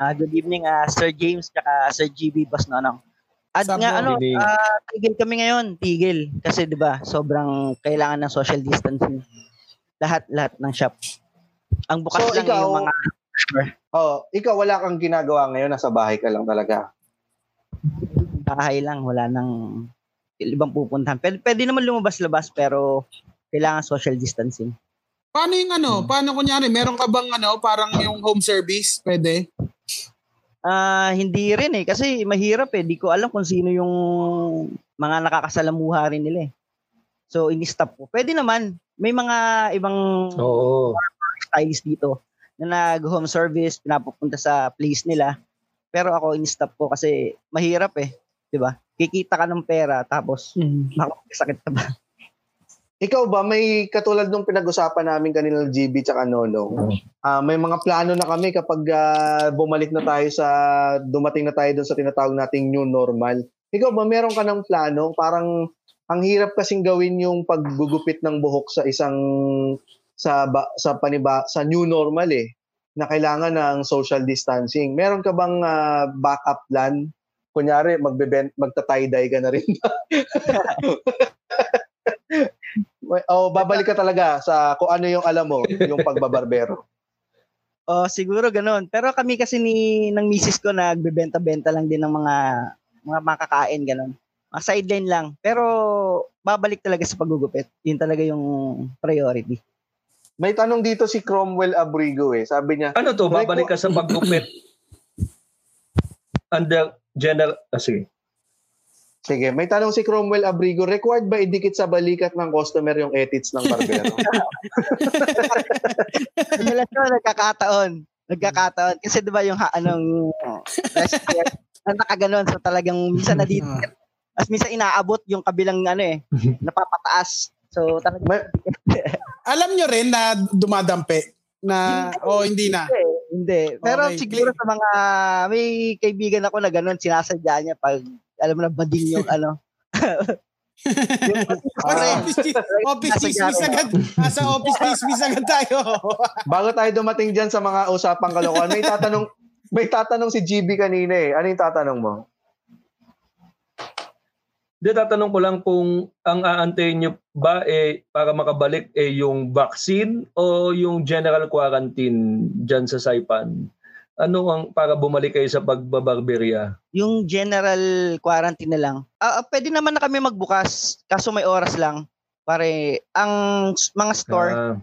Speaker 5: Ah, good evening, ah, Sir James, tsaka Sir GB Bas Nonong. At
Speaker 2: Sabi mo.
Speaker 5: nga, ano,
Speaker 3: Evening.
Speaker 5: ah, tigil kami ngayon, tigil. Kasi, di ba, sobrang kailangan ng social distancing. Lahat, lahat ng shop. Ang bukas
Speaker 1: So,
Speaker 5: lang
Speaker 1: ikaw-
Speaker 5: yung mga...
Speaker 1: Oh, ikaw wala kang ginagawa ngayon, nasa bahay ka lang talaga.
Speaker 5: bahay lang, wala nang ibang pupuntahan. Pwede, pwede naman lumabas-labas pero kailangan social distancing.
Speaker 2: Paano yung ano?
Speaker 1: Hmm.
Speaker 2: Paano kunyari? Meron ka bang ano? Parang yung home service? Pwede?
Speaker 5: Ah, hindi rin eh kasi mahirap eh. Di ko alam kung sino yung mga nakakasalamuha rin nila eh. So in-stop ko. Pwede naman. May mga ibang
Speaker 3: Oo.
Speaker 5: styles dito na nag-home service, pinapupunta sa place nila. Pero ako in-stop ko kasi mahirap eh, 'di ba? Kikita ka ng pera tapos
Speaker 1: Hmm.
Speaker 2: Hmm.
Speaker 5: makakasakit ka ba?
Speaker 1: Ikaw ba, may katulad nung pinag-usapan namin kanina ng GB tsaka Nolo, ah, may mga plano na kami kapag ah, bumalik na tayo sa, dumating na tayo doon sa tinatawag nating new normal. Ikaw ba, meron ka ng plano? Parang ang hirap kasing gawin yung paggugupit ng buhok sa isang sa ba- sa paniba sa new normal eh. na kailangan ng social distancing. Meron ka bang ah, backup plan? Kunyari, magbe magta-tie-dye ka na rin. o oh, babalik ka talaga sa kung ano yung alam mo, yung pagbabarbero.
Speaker 5: Oh, siguro ganun. Pero kami kasi ni ng misis ko nagbebenta-benta lang din ng mga mga makakain ganun. Mga sideline lang. Pero babalik talaga sa paggugupit. Yun talaga yung priority.
Speaker 1: May tanong dito si Cromwell Abrigo eh. Sabi niya,
Speaker 3: Ano to,
Speaker 1: Like,
Speaker 3: babalik ka sa pagkupit under general, ah, kasi
Speaker 1: sige, may tanong si Cromwell Abrigo, required ba idikit sa balikat ng customer yung edits ng barbero?
Speaker 5: Madalas yun, nagkakataon. Nagkakataon. Kasi di ba yung ha, anong last year, ang nakaganon. So talagang minsan na dito. As minsan inaabot yung kabilang ano eh, napapataas. So talagang
Speaker 2: Alam nyo rin na dumadampi na oh hindi na.
Speaker 5: Eh, Hindi. Pero
Speaker 2: Okay.
Speaker 5: siguro sa mga may kaibigan ako na ganun, sinasadya niya pag alam mo na bading yung ano. yung,
Speaker 2: Kasi
Speaker 1: Ah.
Speaker 2: office cheese, office chismis agad. Nasa office chismis agad tayo.
Speaker 1: Bago tayo dumating dyan sa mga usapang kalokohan, may tatanong may tatanong si GB kanina eh. Ano yung tatanong mo?
Speaker 3: Hindi, tatanong ko lang kung ang aantayin nyo ba eh, para makabalik eh, yung vaccine o yung general quarantine dyan sa Saipan? Ano ang para bumalik kayo sa pagbabarberya?
Speaker 5: yung general quarantine na lang. Ah, ah, pwede naman na kami magbukas, kaso may oras lang. Pare, ang s- mga store,
Speaker 3: Ah,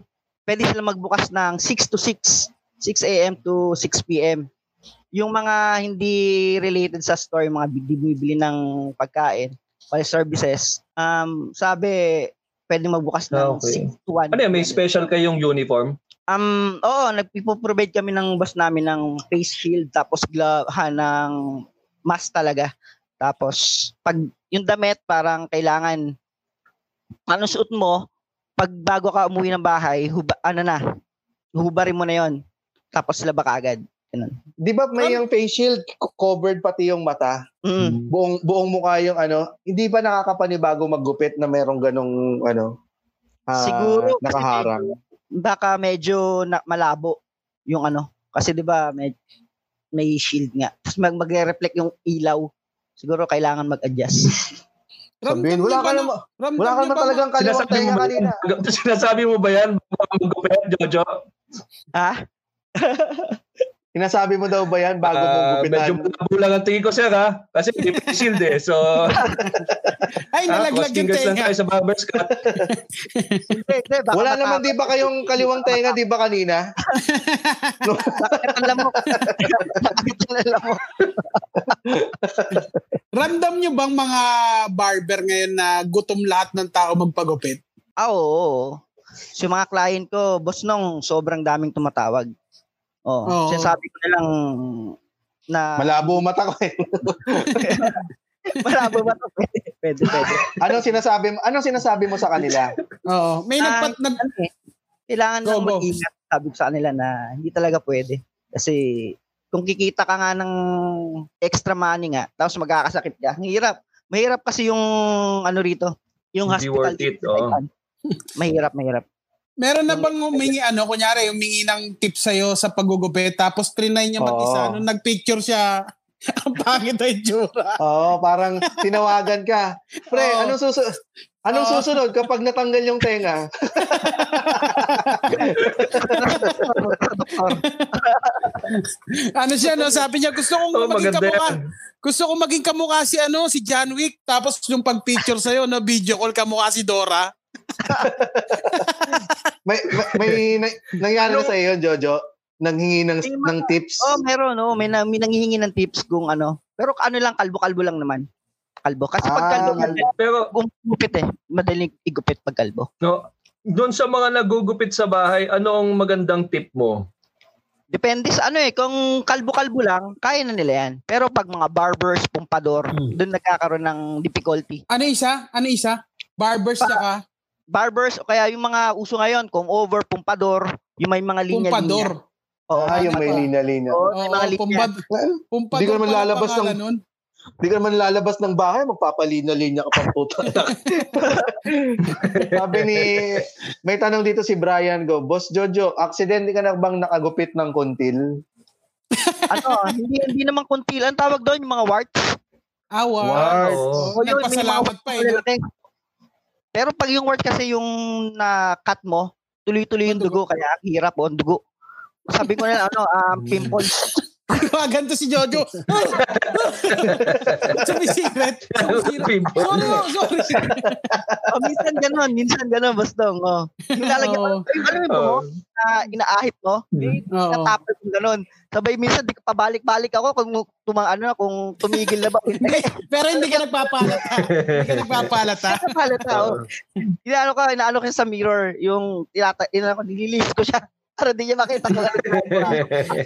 Speaker 5: pwede sila magbukas ng 6 to 6, 6 a.m. to 6 p.m. Yung mga hindi related sa store, yung mga bi- bibili ng pagkain, pala services, um, sabi, pwede magbukas
Speaker 3: Ah,
Speaker 5: ng
Speaker 3: okay.
Speaker 5: 6 to 1.
Speaker 3: ano yan, may special kayong uniform?
Speaker 5: Um, oo, nagpipoprovide kami ng boss namin ng face shield, tapos glove, ha, ng mask talaga. Tapos, pag yung damit, parang kailangan, ano suot mo, pag bago ka umuwi ng bahay, huba, ano na, hubarin mo na yon Tapos laba ka agad.
Speaker 1: Di ba may yung face shield co- covered pati yung mata?
Speaker 5: Mm.
Speaker 1: Buong buong mukha yung ano, hindi ba nakakapanibago maggupit na merong ganong ano? ah,
Speaker 5: Siguro, kasi
Speaker 1: nakaharang.
Speaker 5: Baka medyo na, malabo yung ano. Kasi di ba may, may shield nga. Tapos mag, magre-reflect yung ilaw. Siguro kailangan mag-adjust.
Speaker 1: Sabihin, wala ka naman, wala ka naman talagang kaliwang
Speaker 3: Sinasabi
Speaker 1: tayo
Speaker 3: mo, ba yan?
Speaker 1: kanina.
Speaker 3: Sinasabi mo ba yan? Bago maggupit, Jojo?
Speaker 5: ha?
Speaker 1: Sinasabi mo daw ba yan bago mo
Speaker 3: Ah, medyo
Speaker 1: gupitan?
Speaker 3: bulang ang tingin ko, sir, ha? Kasi hindi pa shield eh. So,
Speaker 2: Ay,
Speaker 3: ah,
Speaker 2: nalaglag yung
Speaker 3: fingers lang
Speaker 2: tenga.
Speaker 3: tayo sa barber's cut.
Speaker 5: Hindi, hindi, baka
Speaker 1: Wala
Speaker 5: mata-
Speaker 1: naman di ba kayong kaliwang tenga di ba kanina?
Speaker 5: Sakit ang lamok. Sakit ang lamok.
Speaker 2: Ramdam nyo bang mga barber ngayon na gutom lahat ng tao magpagupit?
Speaker 5: Ah, oo. So, yung mga client ko, boss nung, sobrang daming tumatawag. Oh,
Speaker 2: Oo.
Speaker 5: sinasabi ko na lang na
Speaker 1: Malabo mata ko eh.
Speaker 5: malabo ba to? Pwede, pwede, pwede.
Speaker 1: Anong Ano sinasabi mo? Anong sinasabi mo sa kanila?
Speaker 2: Oo. May nagpat, nag,
Speaker 5: Ano eh, kailangan
Speaker 2: Go,
Speaker 5: lang
Speaker 2: go.
Speaker 5: mag-ingat. Sabi ko sa kanila na hindi talaga pwede. Kasi kung kikita ka nga ng extra money nga, tapos magkakasakit ka, ang hirap. Mahirap kasi yung ano rito, yung
Speaker 3: Hindi
Speaker 5: hospital.
Speaker 3: worth it,
Speaker 5: dito sa
Speaker 3: oo.
Speaker 5: Taiwan. mahirap, mahirap.
Speaker 2: meron na bang humingi, ano, kunyari, humingi ng tip sa'yo sa pagugupit, tapos trinay niya mag-isa.
Speaker 1: Oo.
Speaker 2: Nung nagpicture siya, ang pangit ay tsura.
Speaker 1: Oo, parang tinawagan ka. Pre,
Speaker 2: Oo.
Speaker 1: anong susunod? Anong
Speaker 2: Oo.
Speaker 1: susunod kapag natanggal yung tenga?
Speaker 2: Ano siya, no? Sabi niya, gusto kong
Speaker 3: Oh,
Speaker 2: maging
Speaker 3: maganda
Speaker 2: kamukha.
Speaker 3: yan.
Speaker 2: Gusto kong maging kamukha si, ano, si John Wick. Tapos yung pag-picture sa'yo, no, video call kamukha si Dora.
Speaker 1: May may, may na- nangyari na sa iyo, Jojo, nanghingi ng
Speaker 5: May mga-
Speaker 1: ng tips.
Speaker 5: Oh, meron, no. May, na, may nanghihingi ng tips kung ano. Pero ano lang, kalbo-kalbo lang naman. Kalbo. Kasi pag
Speaker 1: Ah,
Speaker 5: kalbo,
Speaker 1: kalbo.
Speaker 3: Pero,
Speaker 5: gumupit eh. Madaling igupit pag kalbo.
Speaker 3: No, doon sa mga nagugupit sa bahay, ano ang magandang tip mo?
Speaker 5: Depende sa ano eh. Kung kalbo-kalbo lang, kaya na nila yan. Pero pag mga barbers, pumpador,
Speaker 3: Hmm.
Speaker 5: doon nagkakaroon ng difficulty.
Speaker 2: Ano isa? Ano isa? Barbers siya ka?
Speaker 5: Barbers, o kaya yung mga uso ngayon, kung over, pumpador, yung may mga linya-linya.
Speaker 2: Pumpador.
Speaker 5: Oo,
Speaker 1: ah, yung
Speaker 2: ano
Speaker 1: may
Speaker 2: pa?
Speaker 1: linya-linya.
Speaker 5: Oo, may
Speaker 2: Oo,
Speaker 5: mga linya.
Speaker 2: pumpad,
Speaker 1: Well,
Speaker 2: pumpador
Speaker 1: di ko naman
Speaker 2: pala ang
Speaker 1: lalabas ng-
Speaker 2: pangalan nun.
Speaker 1: Hindi ka naman lalabas ng bahay, magpapalina-linya ka pang puta. Sabi ni, may tanong dito si Brian Go, Boss Jojo, aksidente ka na bang nakagupit ng kuntil?
Speaker 5: ano, hindi, hindi naman kuntil. Ang tawag doon, yung mga warts.
Speaker 2: Awa.
Speaker 3: Wow.
Speaker 5: Oo, yun, may mga
Speaker 2: Nagpasalamat
Speaker 5: warts
Speaker 2: pa eh,
Speaker 5: na
Speaker 2: no?
Speaker 5: lalaki. Pero pag yung wart kasi yung na-cut mo, tuloy-tuloy yung dugo, kaya ang hirap o ang dugo. Sabi ko na lang, ano, um, pimples.
Speaker 2: Tawagan to si Jojo. Sumisigat. Sumisigat.
Speaker 3: Pimple.
Speaker 2: Sorry, oh, sorry.
Speaker 5: O, Oh, minsan ganun, minsan ganun, bastong. Oh. Yung lalagyan mo,
Speaker 2: Oo. Mm.
Speaker 5: yung alam mo,
Speaker 3: Oo.
Speaker 5: oh. na inaahit mo,
Speaker 2: Oo.
Speaker 5: natapos yung ganun. Sabay minsan, di ka pabalik-balik ako kung, tumang, ano, kung tumigil na ba. Hindi,
Speaker 2: Pero hindi ka nagpapalata. Hindi ka nagpapalata.
Speaker 5: palit ako. oh. Inaano ko, inaano ko sa mirror, yung tinata, inaano ko, nililis ko siya. Para di niya makita ano ko.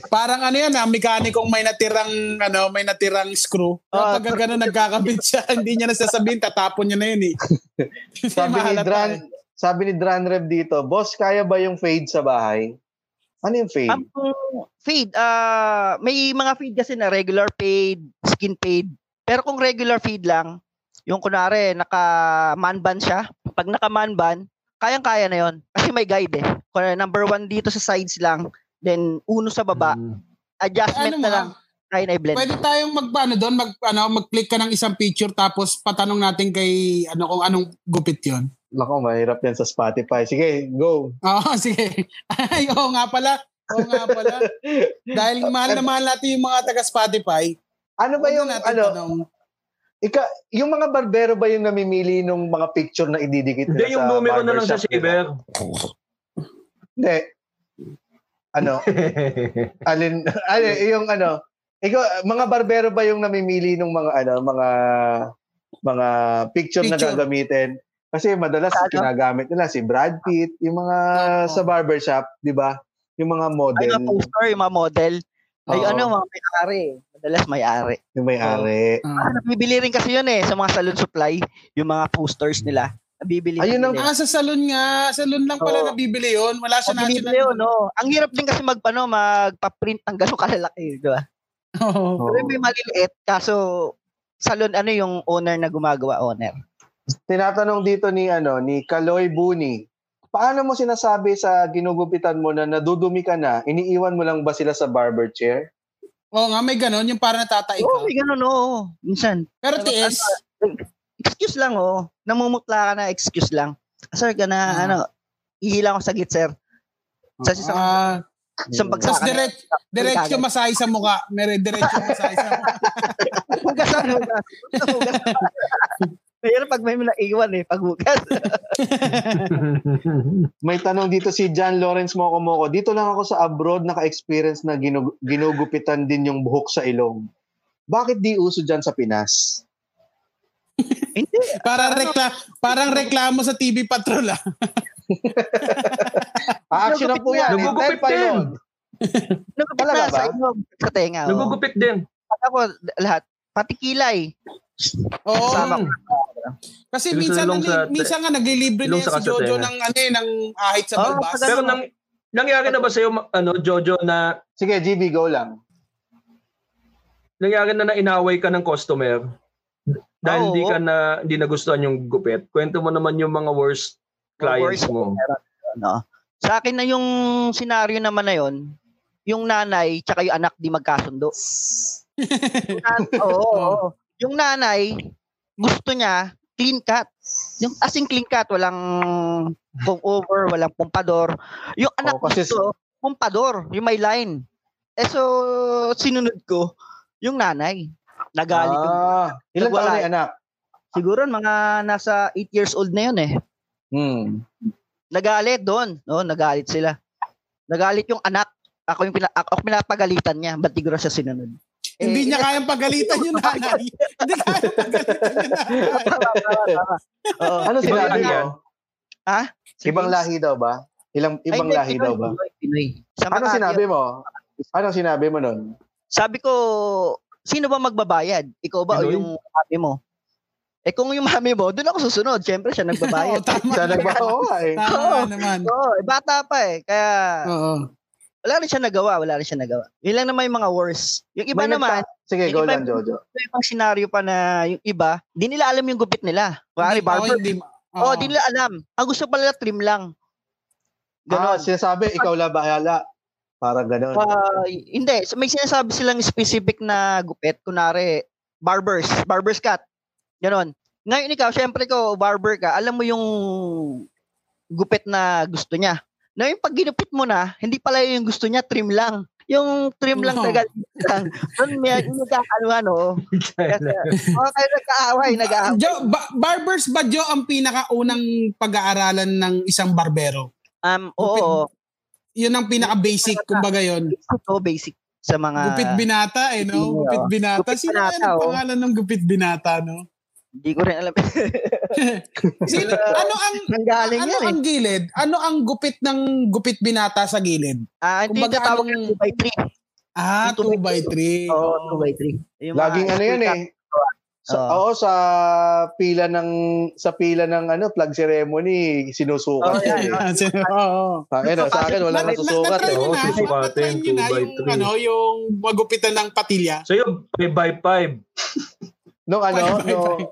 Speaker 2: Parang ano yan, ah, mekanikong may natirang, ano, may natirang screw.
Speaker 5: Ah,
Speaker 2: Kapag gano'n nagkakabit siya, hindi niya nasasabihin, tatapon niya na yun eh. Hindi
Speaker 1: Sabi ni
Speaker 2: mahalata
Speaker 1: Dran,
Speaker 2: eh.
Speaker 1: sabi ni Dran Rev dito, Boss, kaya ba yung fade sa bahay? Ano yung fade?
Speaker 5: Ang fade, ah, may mga fade kasi na regular fade, skin fade. Pero kung regular fade lang, yung kunwari, naka-man ban siya. Pag naka-man ban, kayang-kaya na yon Kasi may guide eh. Kunwari, number one dito sa sides lang, then uno sa baba,
Speaker 2: Ano
Speaker 1: Hmm.
Speaker 5: adjustment
Speaker 2: mo, ah,
Speaker 5: na lang, try na i-blend.
Speaker 2: pwede tayong mag, ano, doon, mag, ano, mag-click ka ng isang picture tapos patanong natin kay, ano, kung anong gupit yon
Speaker 1: Nako, mahirap yan sa Spotify. Sige, go.
Speaker 2: Oo, sige. Ay, oo nga pala. Oo nga pala. Dahil mahal na mahal natin yung mga taga Spotify.
Speaker 1: Ano ba
Speaker 2: huwag na
Speaker 1: yung,
Speaker 2: natin
Speaker 1: ano,
Speaker 2: tanong.
Speaker 1: ika, yung mga barbero ba yung namimili ng mga picture na ididikit
Speaker 3: Hindi,
Speaker 1: nila
Speaker 3: yung
Speaker 1: sa
Speaker 3: numero na lang sa
Speaker 1: barbershop diba? nila?
Speaker 3: saver.
Speaker 1: Hindi. Ano? alin, alin, yung ano? Ikaw, mga barbero ba yung namimili ng mga ano, mga mga picture, na
Speaker 2: Picture.
Speaker 1: gagamitin? Kasi madalas
Speaker 5: Ano?
Speaker 1: ginagamit nila si Brad Pitt, yung mga
Speaker 2: Oo.
Speaker 1: sa barbershop, di ba? Yung mga
Speaker 5: Ay,
Speaker 1: model,
Speaker 5: mga poster, yung mga model. Ay,
Speaker 1: Oo.
Speaker 5: ano, mga may-ari. eh. Madalas may-ari.
Speaker 1: yung may-ari.
Speaker 2: Ah.
Speaker 5: Ah, nabibili rin kasi yun eh, sa mga salon supply, yung mga posters nila. Nabibili
Speaker 1: Ayun
Speaker 5: rin
Speaker 1: ang-
Speaker 5: nila.
Speaker 2: Ah, sa salon nga. Salon lang pala
Speaker 5: Diba? Oo.
Speaker 2: nabibili yun. Wala siya
Speaker 5: Ang
Speaker 2: national.
Speaker 5: Bibili yun, no? Ang hirap din kasi magpano, magpa-print ng gano'ng kalalaki, di ba?
Speaker 2: Oo.
Speaker 1: Oo.
Speaker 5: Pero may maliliit, kaso salon, ano yung owner na gumagawa, owner?
Speaker 1: Tinatanong dito ni ano ni Kaloy Buni. Paano mo sinasabi sa ginugupitan mo na nadudumi ka na, iniiwan mo lang ba sila sa barber chair?
Speaker 2: Oo nga, may ganon. Yung para natatay
Speaker 5: Oo,
Speaker 2: ka.
Speaker 5: may ganun, oo. Minsan.
Speaker 2: Pero
Speaker 5: Pero
Speaker 2: tiis.
Speaker 5: Excuse lang, oo. Namumutla ka na, excuse lang. Sir, ka na,
Speaker 2: Ah.
Speaker 5: ano, ihila ko saglit, sir. Sa isang,
Speaker 2: Ah,
Speaker 5: isang
Speaker 2: Tapos
Speaker 5: bagsakan.
Speaker 2: direct, diretso masahe sa mukha. Meron diretso masahe sa mukha.
Speaker 5: Hugas ang hugas. Hugas ang hugas. Mahirap pag may naiwan eh, pag hugas.
Speaker 1: May tanong dito si John Lawrence Mokomoko. Dito lang ako sa abroad naka-experience na ginug- ginugupitan din yung buhok sa ilong. Bakit di uso dyan sa Pinas?
Speaker 5: Hindi.
Speaker 2: Para rekla, parang reklamo sa TV Patrol ah.
Speaker 1: Ah, action na po yan.
Speaker 3: Nagugupit
Speaker 1: Intel pa
Speaker 3: din.
Speaker 1: yun.
Speaker 5: Nagupit
Speaker 1: Talaga
Speaker 5: na
Speaker 1: ba?
Speaker 5: sa ilong, sa tenga. Oh.
Speaker 3: Nagugupit din.
Speaker 5: Pag ako, lahat. Pati kilay.
Speaker 2: Oo.
Speaker 5: Sama.
Speaker 3: Mm.
Speaker 2: Kasi
Speaker 3: Yung
Speaker 2: minsan,
Speaker 3: silong
Speaker 2: ano,
Speaker 3: sa-
Speaker 2: eh, minsan nga naglilibre na
Speaker 3: silong
Speaker 2: yan
Speaker 3: sa
Speaker 2: si Jojo
Speaker 3: kasatena.
Speaker 2: ng, ano, eh, ng ahit sa
Speaker 5: Oo,
Speaker 2: balbas.
Speaker 5: pag-
Speaker 3: Pero nang, nangyari na ba sa'yo, ma- ano, Jojo, na
Speaker 1: Sige, GB, go lang.
Speaker 3: nangyari na na inaway ka ng customer dahil
Speaker 5: Oo.
Speaker 3: di ka na, di nagustuhan yung gupit? Kwento mo naman yung mga worst clients
Speaker 5: Worst.
Speaker 3: mo.
Speaker 5: Ano. Sa akin na yung senaryo naman na yun, yung nanay tsaka yung anak di magkasundo. Yung nan- Oo. oo. Yung nanay, gusto niya, clean cut. Yung asing clean cut, walang kung over, walang pumpador. Yung anak
Speaker 1: Oo, kasi-
Speaker 5: gusto, pumpador, yung may line. Eh so, sinunod ko, yung nanay. Nagalit yung
Speaker 1: Ah, ilang taon
Speaker 5: Nagwala.
Speaker 1: na yung anak?
Speaker 5: Siguro mga nasa 8 years old na yun eh.
Speaker 1: Hmm.
Speaker 5: Nagalit doon. No, nagalit sila. Nagalit yung anak. Ako yung pina, ako, ako pinapagalitan niya. Ba't di ko na siya sinunod? Eh,
Speaker 2: Hindi niya kayang pagalitan yung nanay. Hindi kaya pagalitan yung nanay.
Speaker 5: tama, tama, tama. Oo.
Speaker 1: Ano
Speaker 3: Ibang
Speaker 1: sinabi
Speaker 3: lahi yan?
Speaker 1: mo?
Speaker 5: Sige.
Speaker 1: Ibang lahi daw ba? Ilang,
Speaker 5: Ay,
Speaker 1: ibang
Speaker 5: hindi,
Speaker 1: lahi
Speaker 5: Pinoy,
Speaker 1: daw ba?
Speaker 5: Pinoy, Pinoy. Sa
Speaker 1: Ano
Speaker 5: Makati,
Speaker 1: sinabi mo? Anong sinabi mo nun?
Speaker 5: Sabi ko, sino ba magbabayad? Ikaw ba
Speaker 3: Pinoy?
Speaker 5: o yung mami mo? Eh kung yung mami mo, doon ako susunod. Siyempre siya
Speaker 2: Oo,
Speaker 5: nagbabayad.
Speaker 2: Oh, tama.
Speaker 1: Siya nagbabawa eh.
Speaker 2: Tama naman. Oh.
Speaker 5: Oo, eh, bata pa eh. Kaya
Speaker 2: Oo.
Speaker 5: wala rin siya nagawa, wala rin siya nagawa. Yun lang naman yung mga worst. Yung iba
Speaker 1: May
Speaker 5: naman,
Speaker 1: nagta- Sige, go
Speaker 5: Yung iba-
Speaker 1: lang, Jojo.
Speaker 5: may ibang senaryo pa na yung iba, di nila alam yung gupit nila. Kuwari,
Speaker 2: Hindi-
Speaker 5: barber.
Speaker 2: oh, hindi,
Speaker 5: Oo,
Speaker 2: oo.
Speaker 5: di nila alam. Ang gusto pala nila, trim lang.
Speaker 1: Ah,
Speaker 5: Ganon.
Speaker 1: sinasabi, ikaw lang bahala. Parang ganon.
Speaker 5: Ah, hindi, So, may sinasabi silang specific na gupit. Kunwari, barbers, barber's cut. Ganon. Ngayon ikaw, syempre ko, barber ka, alam mo yung gupit na gusto niya. Na yung pag ginupit mo na, hindi pala yun yung gusto niya, trim lang. Yung trim lang
Speaker 2: No.
Speaker 5: talaga. lang. Doon may nagkakaano ano. Kasi, oh, kayo nagkaaway,
Speaker 1: Ah,
Speaker 5: nag-aaway.
Speaker 2: Jo, ba- barbers ba Jo ang pinakaunang pag-aaralan ng isang barbero?
Speaker 5: Um, oo,
Speaker 2: Yun ang pinaka-basic, kumbaga yun.
Speaker 5: basic to basic sa mga
Speaker 1: Ah,
Speaker 2: Gupit binata eh,
Speaker 5: Oo.
Speaker 2: no? Gupit binata.
Speaker 5: Gupit
Speaker 2: Sino kaya
Speaker 5: binata,
Speaker 2: ang
Speaker 5: oh.
Speaker 2: pangalan ng gupit binata, no?
Speaker 5: Hindi ko rin alam.
Speaker 2: Sino, ano ang
Speaker 5: Nanggaling
Speaker 2: ano
Speaker 5: yan eh.
Speaker 2: ang gilid? Ano ang gupit ng gupit binata sa gilid?
Speaker 5: Ah, hindi
Speaker 2: kumbaga,
Speaker 5: yung tawag
Speaker 2: anong-
Speaker 5: ng 2 by 3.
Speaker 2: Ah, 2 by 3.
Speaker 1: Oh.
Speaker 5: Oo, 2 by 3. Yung mga
Speaker 1: Laging ano yan eh. Sa, oo, sa pila ng sa pila ng ano plug ceremony sinusukat.
Speaker 5: Oh,
Speaker 1: yan
Speaker 5: yan,
Speaker 1: eh.
Speaker 5: yan.
Speaker 2: Oo.
Speaker 1: Sa akin, oh, sa akin wala
Speaker 5: Na-
Speaker 1: nang susukat.
Speaker 2: Ah, na-try
Speaker 1: eh.
Speaker 2: nyo
Speaker 3: Oo,
Speaker 2: na,
Speaker 3: susukatin,
Speaker 2: na-try nyo na
Speaker 3: 2 by
Speaker 2: yung,
Speaker 3: 3.
Speaker 2: ano, yung magupitan ng patilya.
Speaker 3: Sa'yo, 5 by 5.
Speaker 1: Nung ano,
Speaker 2: Bye, bye,
Speaker 1: no,
Speaker 2: bye.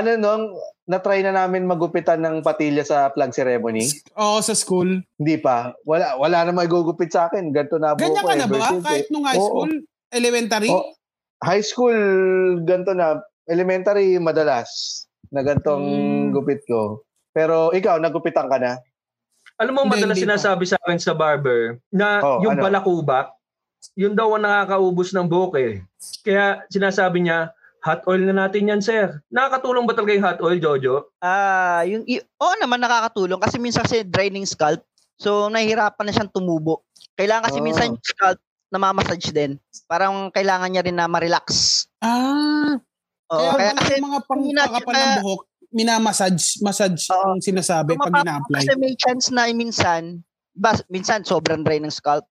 Speaker 1: ano nung na-try na namin magupitan ng patilya sa plug ceremony?
Speaker 2: Oo, Oh, sa school.
Speaker 1: Hindi pa. Wala wala na magugupit sa akin. Ganto na buo
Speaker 2: Ganyan
Speaker 1: ko
Speaker 2: ka na
Speaker 1: ever
Speaker 2: ba?
Speaker 1: since, eh.
Speaker 2: Kahit nung high
Speaker 1: Oo.
Speaker 2: school? Elementary?
Speaker 1: Oo. High school ganto na elementary madalas na gantong
Speaker 2: Hmm.
Speaker 1: gupit ko. Pero ikaw nagupitan ka na?
Speaker 3: Alam mo,
Speaker 2: Hindi,
Speaker 3: madalas
Speaker 2: hindi pa.
Speaker 3: sinasabi sa akin sa barber na
Speaker 1: Oh,
Speaker 3: yung
Speaker 1: ano?
Speaker 3: balakubak, yun daw ang nakakaubos ng buhok eh. Kaya sinasabi niya, hot oil na natin yan, sir. Nakakatulong ba talaga yung hot oil, Jojo?
Speaker 5: Ah, yung i- oo naman nakakatulong kasi minsan kasi draining scalp. So nahihirapan na siyang tumubo. Kailangan kasi
Speaker 1: Ah.
Speaker 5: minsan yung scalp namamassage din. Parang kailangan niya rin na ma-relax.
Speaker 2: Ah,
Speaker 5: Oo,
Speaker 2: kaya,
Speaker 5: kaya,
Speaker 2: pala
Speaker 5: kasi
Speaker 2: yung mga pang,
Speaker 5: pag ina-
Speaker 2: pakapal ng
Speaker 5: kaya-
Speaker 2: buhok, minamassage, massage
Speaker 5: Oo.
Speaker 2: ang sinasabi pag
Speaker 5: Tumapa-
Speaker 2: ina-apply.
Speaker 5: Kasi may chance na eh, minsan, bas, minsan sobrang dry ng scalp.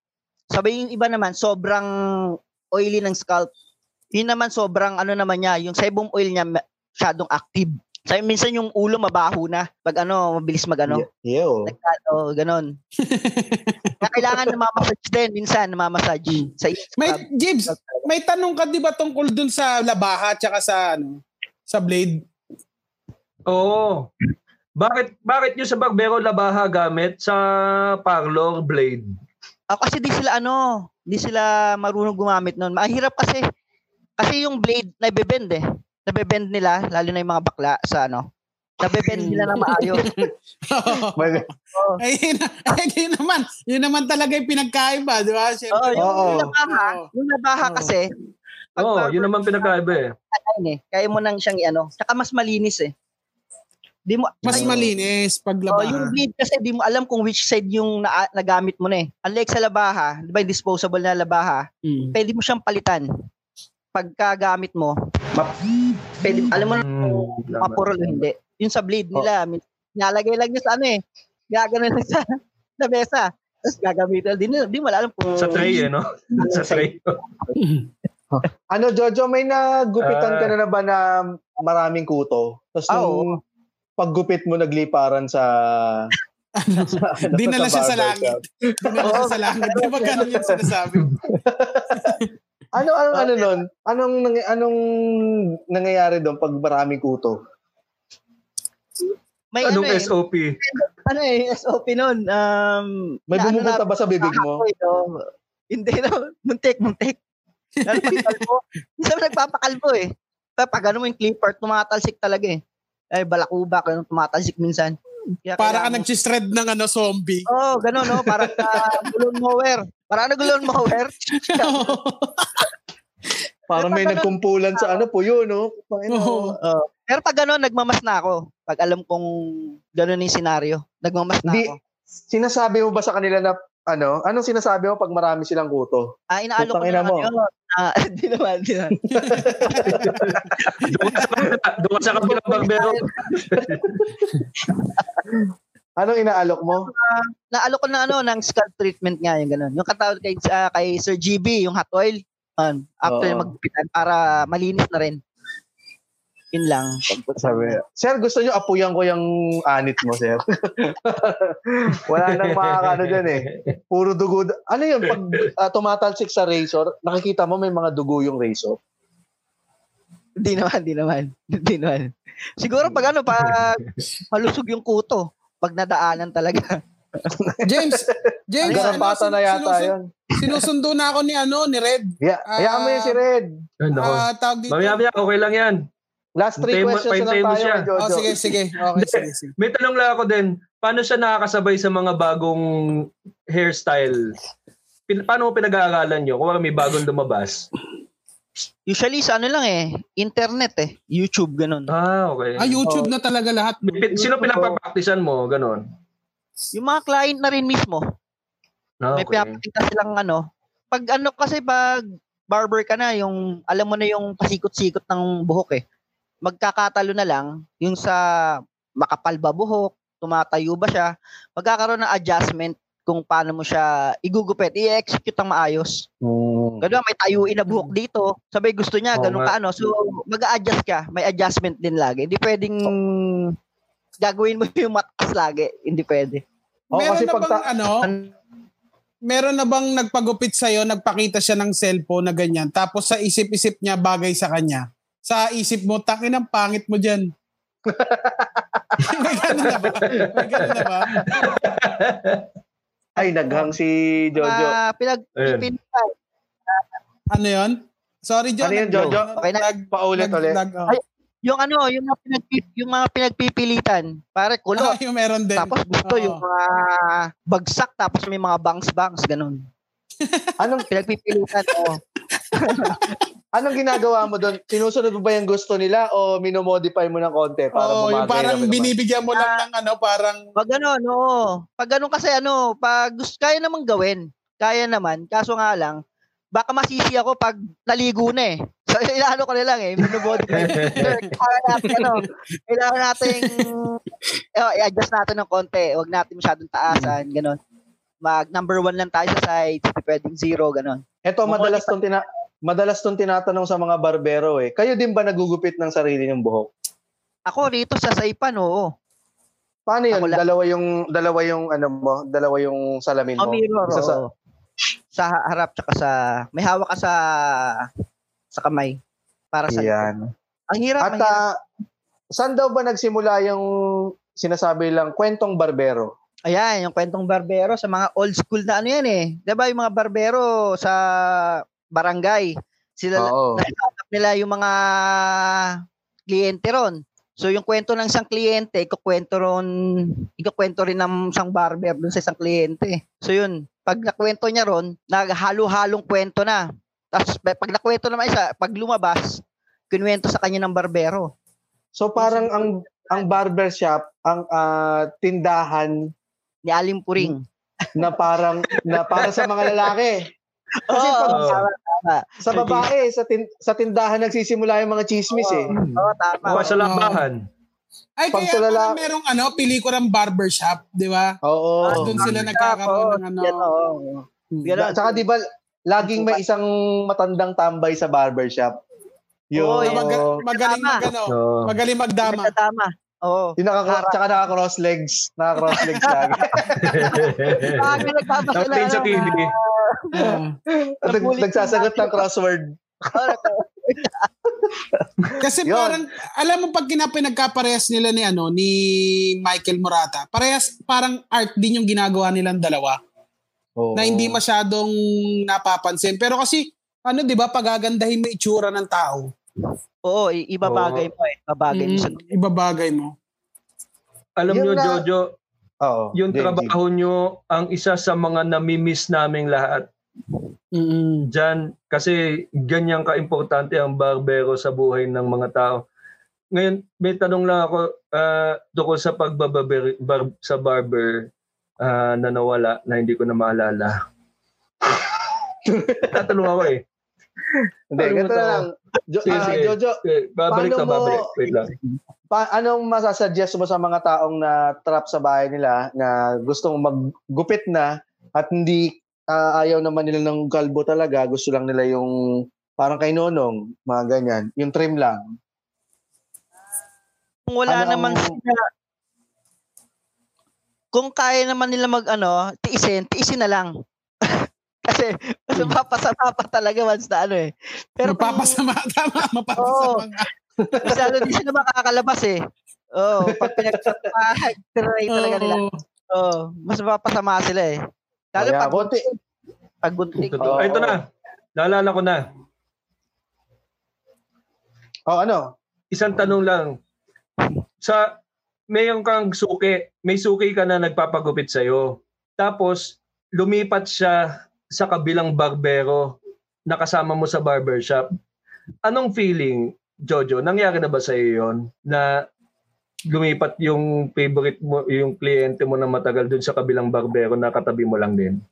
Speaker 5: Sabi yung iba naman, sobrang oily ng scalp. Yun naman sobrang ano naman niya, yung sebum oil niya ma- masyadong active. Sabi minsan yung ulo mabaho na pag ano, mabilis magano.
Speaker 1: Yeah, yeah, oh.
Speaker 5: Nagkano, ganon. Kaya kailangan namamassage din minsan, namamassage. Sa
Speaker 2: May,
Speaker 5: scalp.
Speaker 2: Gibbs, may tanong ka di ba tungkol dun sa labaha tsaka sa, ano, sa blade?
Speaker 3: Oo. Bakit bakit yung sa barbero labaha gamit sa parlor blade?
Speaker 5: Ako Ah, kasi di sila ano, di sila marunong gumamit noon. Mahirap kasi kasi yung blade nabebend eh. Nabebend nila lalo na yung mga bakla sa ano. Nabebend nila na maayos.
Speaker 1: Mag-
Speaker 2: Ay, Eh, yun, ay, yun naman. Yun naman talaga yung pinagkaiba, di ba? Siyempre.
Speaker 5: Oo, yung,
Speaker 1: Oo.
Speaker 5: yung labaha,
Speaker 2: Oo.
Speaker 5: yung labaha
Speaker 2: Oo.
Speaker 5: kasi pag
Speaker 3: Oo,
Speaker 5: barber
Speaker 3: yun naman pinakaiba eh.
Speaker 5: design eh. Kaya mo nang siyang i-ano, saka mas malinis eh. Di mo
Speaker 2: Mas
Speaker 5: ay-
Speaker 2: malinis pag
Speaker 5: Oo,
Speaker 2: labaha.
Speaker 5: yung blade kasi di mo alam kung which side yung na, nagamit mo na eh. Unlike sa labaha, di ba yung disposable na labaha,
Speaker 2: Mm.
Speaker 5: pwede mo siyang palitan. Pagkagamit mo, pwede, alam mo na
Speaker 3: Mm, tama. Oh.
Speaker 5: mapuro o hindi. Yun sa blade nila, min- nilalagay lang niya sa ano eh. Gagano lang sa, sa mesa. Tapos gagamitin. Di, na- di mo alam kung...
Speaker 3: Sa tray eh, no? sa tray.
Speaker 1: ano Jojo, may nagupitan ka na, na ba na maraming kuto? Tapos
Speaker 5: Ah,
Speaker 1: nung paggupit mo nagliparan sa
Speaker 2: Ano? Dinala siya sa
Speaker 1: barber
Speaker 2: langit.
Speaker 1: shop.
Speaker 2: Dinala siya sa langit. Di ba ganun yung sinasabi?
Speaker 1: Ano anong ano nun? Anong nangy- anong nangyayari doon pag maraming kuto?
Speaker 5: May ano
Speaker 3: Anong
Speaker 5: eh,
Speaker 3: SOP?
Speaker 5: ano eh, SOP nun. Um,
Speaker 1: May
Speaker 5: na ano
Speaker 1: bumubuta
Speaker 5: na-
Speaker 1: ba sa bibig mo?
Speaker 5: nakahapoy, no? Hindi na, muntik, muntik. Lalo pagkalbo. Minsan nagpapakalbo eh. Pero pag ano mo yung clipper, tumatalsik talaga eh. Ay, balakuba, ganun, tumatalsik minsan. Kaya
Speaker 2: Para ka
Speaker 5: kailangan-
Speaker 2: nag-shred ng ano, zombie.
Speaker 5: Oo, oh, ganun, no? Parang uh, gulon mower. Parang nagulon mower.
Speaker 1: Parang may
Speaker 5: Napapanood-
Speaker 1: nagkumpulan sa ano po yun, no? Ah,
Speaker 2: Oo.
Speaker 1: Panginoon.
Speaker 5: Oo. Pero pag gano'n, nagmamas na ako. Pag alam kong gano'n yung senaryo, nagmamas na
Speaker 1: Hindi,
Speaker 5: ako.
Speaker 1: sinasabi mo ba sa kanila na ano? Anong sinasabi mo pag marami silang kuto?
Speaker 5: Ah, inaalo
Speaker 1: Putang
Speaker 5: ko na
Speaker 1: ina
Speaker 5: naman
Speaker 1: mo.
Speaker 5: yun. Ah, di naman, di naman.
Speaker 3: Doon ka sa kabila, doon ka sa kabila barbero.
Speaker 1: Anong inaalok mo?
Speaker 5: Naalo ko na ano, ng scalp treatment nga yung gano'n. Yung katawag kay, ah, kay Sir GB, yung hot oil. Yun, after
Speaker 1: Oo.
Speaker 5: magpitan para malinis na rin. Yun lang.
Speaker 1: Sabi niya, Sir, gusto nyo apuyan ko yung anit mo, sir. Wala nang makakano dyan eh. Puro dugo. Ano yun, pag ah, tumatalsik sa razor, nakikita mo may mga dugo yung razor.
Speaker 5: Hindi naman, hindi naman. Hindi naman. Siguro pag ano, pag malusog yung kuto, pag nadaanan talaga.
Speaker 2: James, James,
Speaker 1: Garapata
Speaker 2: ano,
Speaker 1: na yata
Speaker 2: sinusun-
Speaker 1: yun.
Speaker 2: sinusundo na ako ni ano, ni Red.
Speaker 1: Yeah, hayaan mo yun si Red.
Speaker 3: Ay, nako.
Speaker 2: Ah, tawag dito.
Speaker 3: Mamaya, mamaya, okay lang yan.
Speaker 1: Last three
Speaker 3: Hintayin mo-
Speaker 1: questions na lang
Speaker 3: hintayin mo
Speaker 1: tayo
Speaker 3: siya.
Speaker 1: kay Jojo.
Speaker 2: Oh, sige, sige. Okay, sige, sige.
Speaker 3: May tanong lang ako din. Paano siya nakakasabay sa mga bagong hairstyle? Pin- paano mo pinag-aaralan nyo? Kung may bagong lumabas.
Speaker 5: Usually sa ano lang eh, internet eh, YouTube ganun.
Speaker 3: Ah, okay.
Speaker 2: Ah, YouTube
Speaker 1: Oh.
Speaker 2: na talaga lahat.
Speaker 3: May pin- Sino pinapapraktisan mo? Ganon.
Speaker 5: Yung mga client na rin mismo,
Speaker 3: Ah,
Speaker 5: may
Speaker 3: okay.
Speaker 5: pinapakita silang ano. Pag ano kasi pag barber ka na, yung alam mo na yung pasikot-sikot ng buhok eh. Magkakatalo na lang yung sa makapal ba buhok, tumatayo ba siya, magkakaroon ng adjustment kung paano mo siya igugupit, i-execute ng maayos.
Speaker 1: Hmm.
Speaker 5: Ganun, may tayuin na buhok dito. Sabay gusto niya,
Speaker 3: Oo
Speaker 5: ganun
Speaker 3: nga.
Speaker 5: ka ano. So, mag-a-adjust ka. May adjustment din lagi. Hindi pwedeng gagawin mo yung mataas lagi. Hindi pwede.
Speaker 1: Oh,
Speaker 2: meron
Speaker 1: kasi
Speaker 2: na
Speaker 1: pag
Speaker 2: bang
Speaker 1: ta-
Speaker 2: ano? Meron na bang nagpagupit sa'yo, nagpakita siya ng cellphone na ganyan, tapos sa isip-isip niya bagay sa kanya? Sa isip mo, takin ang pangit mo dyan. May ganun na ba? May ganun na ba?
Speaker 1: Ay, naghang si Jojo.
Speaker 5: Ah, pinag
Speaker 3: Ayun.
Speaker 5: pin-
Speaker 2: Ano yun? Sorry, John.
Speaker 1: Ano yun, Jojo?
Speaker 5: Okay na.
Speaker 1: Paulit ulit.
Speaker 2: oh.
Speaker 5: Yung ano, yung mga, pinag- yung mga pinagpipilitan. Pare, kulot.
Speaker 2: Ah, yung meron din.
Speaker 5: Tapos gusto
Speaker 2: Oo.
Speaker 5: yung mga bagsak. Tapos may mga bangs-bangs. Ganun.
Speaker 1: Anong
Speaker 5: Pinagpipilitan. oh.
Speaker 1: anong ginagawa mo doon? Sinusunod mo ba yung gusto nila o minomodify mo ng konti
Speaker 2: Oo,
Speaker 1: para bumagay
Speaker 2: Oh, yung parang
Speaker 1: na naman?
Speaker 2: binibigyan mo lang ng ano, parang
Speaker 5: Pag ano, no. Pag ganun kasi ano, pag gusto, kaya naman gawin. Kaya naman. Kaso nga lang, baka masisi ako pag naligo na eh. So, inaano ko na lang eh. Minubody ko. Sir, kailangan natin, ano, kailangan natin, eh, i-adjust natin ng konti. Huwag natin masyadong taasan, ganun. Mag number one lang tayo sa sides, hindi pwedeng zero, ganun.
Speaker 1: Ito, madalas tong tina madalas tong tinatanong sa mga barbero eh. Kayo din ba nagugupit ng sarili ng buhok?
Speaker 5: Ako rito sa Saipan, oo.
Speaker 1: Paano yun?
Speaker 5: Ako lang.
Speaker 1: Dalawa yung dalawa yung ano mo, dalawa yung salamin
Speaker 5: O
Speaker 1: mo.
Speaker 5: mirror,
Speaker 1: Isa sa-
Speaker 5: Oh, oo. Sa harap, tsaka sa, may hawak ka sa, sa kamay. Para sa,
Speaker 1: Yan.
Speaker 5: ang hirap,
Speaker 1: At
Speaker 5: ang hirap.
Speaker 1: ah, saan daw ba nagsimula yung sinasabi lang kwentong barbero?
Speaker 5: ah, Ayan, yung kwentong barbero sa mga old school na ano yan eh. 'Di ba yung mga barbero sa barangay, sila
Speaker 1: Oo.
Speaker 5: nakakap nila yung mga kliyente ron. So yung kwento ng isang kliyente, ikukwento ron, ikukwento rin ng isang barber dun sa isang kliyente. So yun, pag nakwento niya ron, naghalo-halong kwento na. Tapos pag nakwento naman isa, pag lumabas, kinuwento sa kanya ng barbero.
Speaker 1: So parang ang ang barber shop, ang ah, tindahan
Speaker 5: Ni Alim Puring.
Speaker 1: na parang na para sa mga lalaki. Kasi pag
Speaker 5: Oo,
Speaker 3: Ah,
Speaker 5: tama, tama.
Speaker 1: sa babae, sa, tin- sa tindahan nagsisimula yung mga chismis eh.
Speaker 5: Oo, tama.
Speaker 3: Mukha sa labahan.
Speaker 2: Ay,
Speaker 1: Pag
Speaker 2: kaya
Speaker 1: tulala-
Speaker 2: parang merong ano, pelikulang barbershop, di ba?
Speaker 1: Oo.
Speaker 2: Doon sila nagkakaroon ng ano. Hmm.
Speaker 5: Yan, oo.
Speaker 1: At saka di ba, laging may isang matandang tambay sa barbershop.
Speaker 5: Oo,
Speaker 1: Yung,
Speaker 2: Na
Speaker 5: yun. oh.
Speaker 2: maga-
Speaker 1: yung,
Speaker 2: magaling
Speaker 5: Tama.
Speaker 2: mag ano,
Speaker 3: Oo.
Speaker 2: magaling magdama.
Speaker 5: Tama. Tama. Oo.
Speaker 1: naka, tsaka naka-cross legs. Naka-cross legs lagi.
Speaker 5: Bakit
Speaker 1: Eh.
Speaker 5: nagpapakilala
Speaker 3: Nakatain sa
Speaker 5: ng-
Speaker 3: TV.
Speaker 2: Oo.
Speaker 1: At nag- nagsasagot ng crossword.
Speaker 2: Kasi
Speaker 1: Yun.
Speaker 2: parang alam mo pag kina- pinagkaparehas nila ni ano ni Michael Morata, parehas parang art din yung ginagawa nilang dalawa
Speaker 1: Oo.
Speaker 2: na hindi masyadong napapansin. Pero kasi ano 'di ba pagagandahin mo yung itsura ng tao.
Speaker 5: Oo, i- ibabagay mo eh. Babagay mo sa...
Speaker 2: Mm, ibabagay mo.
Speaker 3: Alam
Speaker 1: Yun
Speaker 3: nyo,
Speaker 1: na-
Speaker 3: Jojo,
Speaker 1: Oo.
Speaker 3: yung
Speaker 1: Jing,
Speaker 3: trabaho nyo ang isa sa mga namimiss naming lahat
Speaker 2: Mm.
Speaker 3: dyan kasi ganyang kaimportante ang barbero sa buhay ng mga tao. Ngayon, may tanong lang ako ah, tungkol sa pagbabarber bar- sa barber ah, na nawala na hindi ko na maalala. Tatanong ako eh.
Speaker 1: Jing. Hindi, ganito na
Speaker 3: Ano
Speaker 1: lang. Jo-
Speaker 3: Sige,
Speaker 1: ah,
Speaker 3: sige.
Speaker 1: Jojo,
Speaker 3: Eh, Babalik
Speaker 1: Paano
Speaker 3: na
Speaker 1: mo-
Speaker 3: babalik. Wait lang.
Speaker 1: pa- anong masasuggest mo sa mga taong na trap sa bahay nila na gustong maggupit na at hindi ah, ayaw naman nila ng kalbo talaga, gusto lang nila yung parang kay Nonong, mga ganyan, yung trim lang.
Speaker 5: Kung
Speaker 1: Ano
Speaker 5: wala
Speaker 1: ang-
Speaker 5: naman sila, kung kaya naman nila mag ano, tiisin, tiisin na lang. Kasi
Speaker 2: Hmm.
Speaker 5: mas mapasama pa talaga once na ano eh. Pero kung-
Speaker 2: mapapasama, tama, mapapasama. nga.
Speaker 5: Masyado di sila makakalabas eh. Oo, oh, pag pinagsapahan, try talaga nila.
Speaker 2: Oo.
Speaker 5: Oo, mas mapapasama sila eh. Lalo
Speaker 1: Kaya
Speaker 5: pag,
Speaker 1: konti.
Speaker 5: pag gunting.
Speaker 3: Totoo.
Speaker 1: Oo.
Speaker 3: Ay, Ito na. Naalala ko na.
Speaker 1: Oh, ano?
Speaker 3: Isang tanong lang. Sa mayroon kang suki, may suki ka na nagpapagupit sa'yo. Tapos, lumipat siya sa kabilang barbero na kasama mo sa barbershop. Anong feeling, Jojo? Nangyari na ba sa'yo yun? Na lumipat yung favorite mo, yung kliyente mo na matagal dun sa kabilang barbero na katabi mo lang din?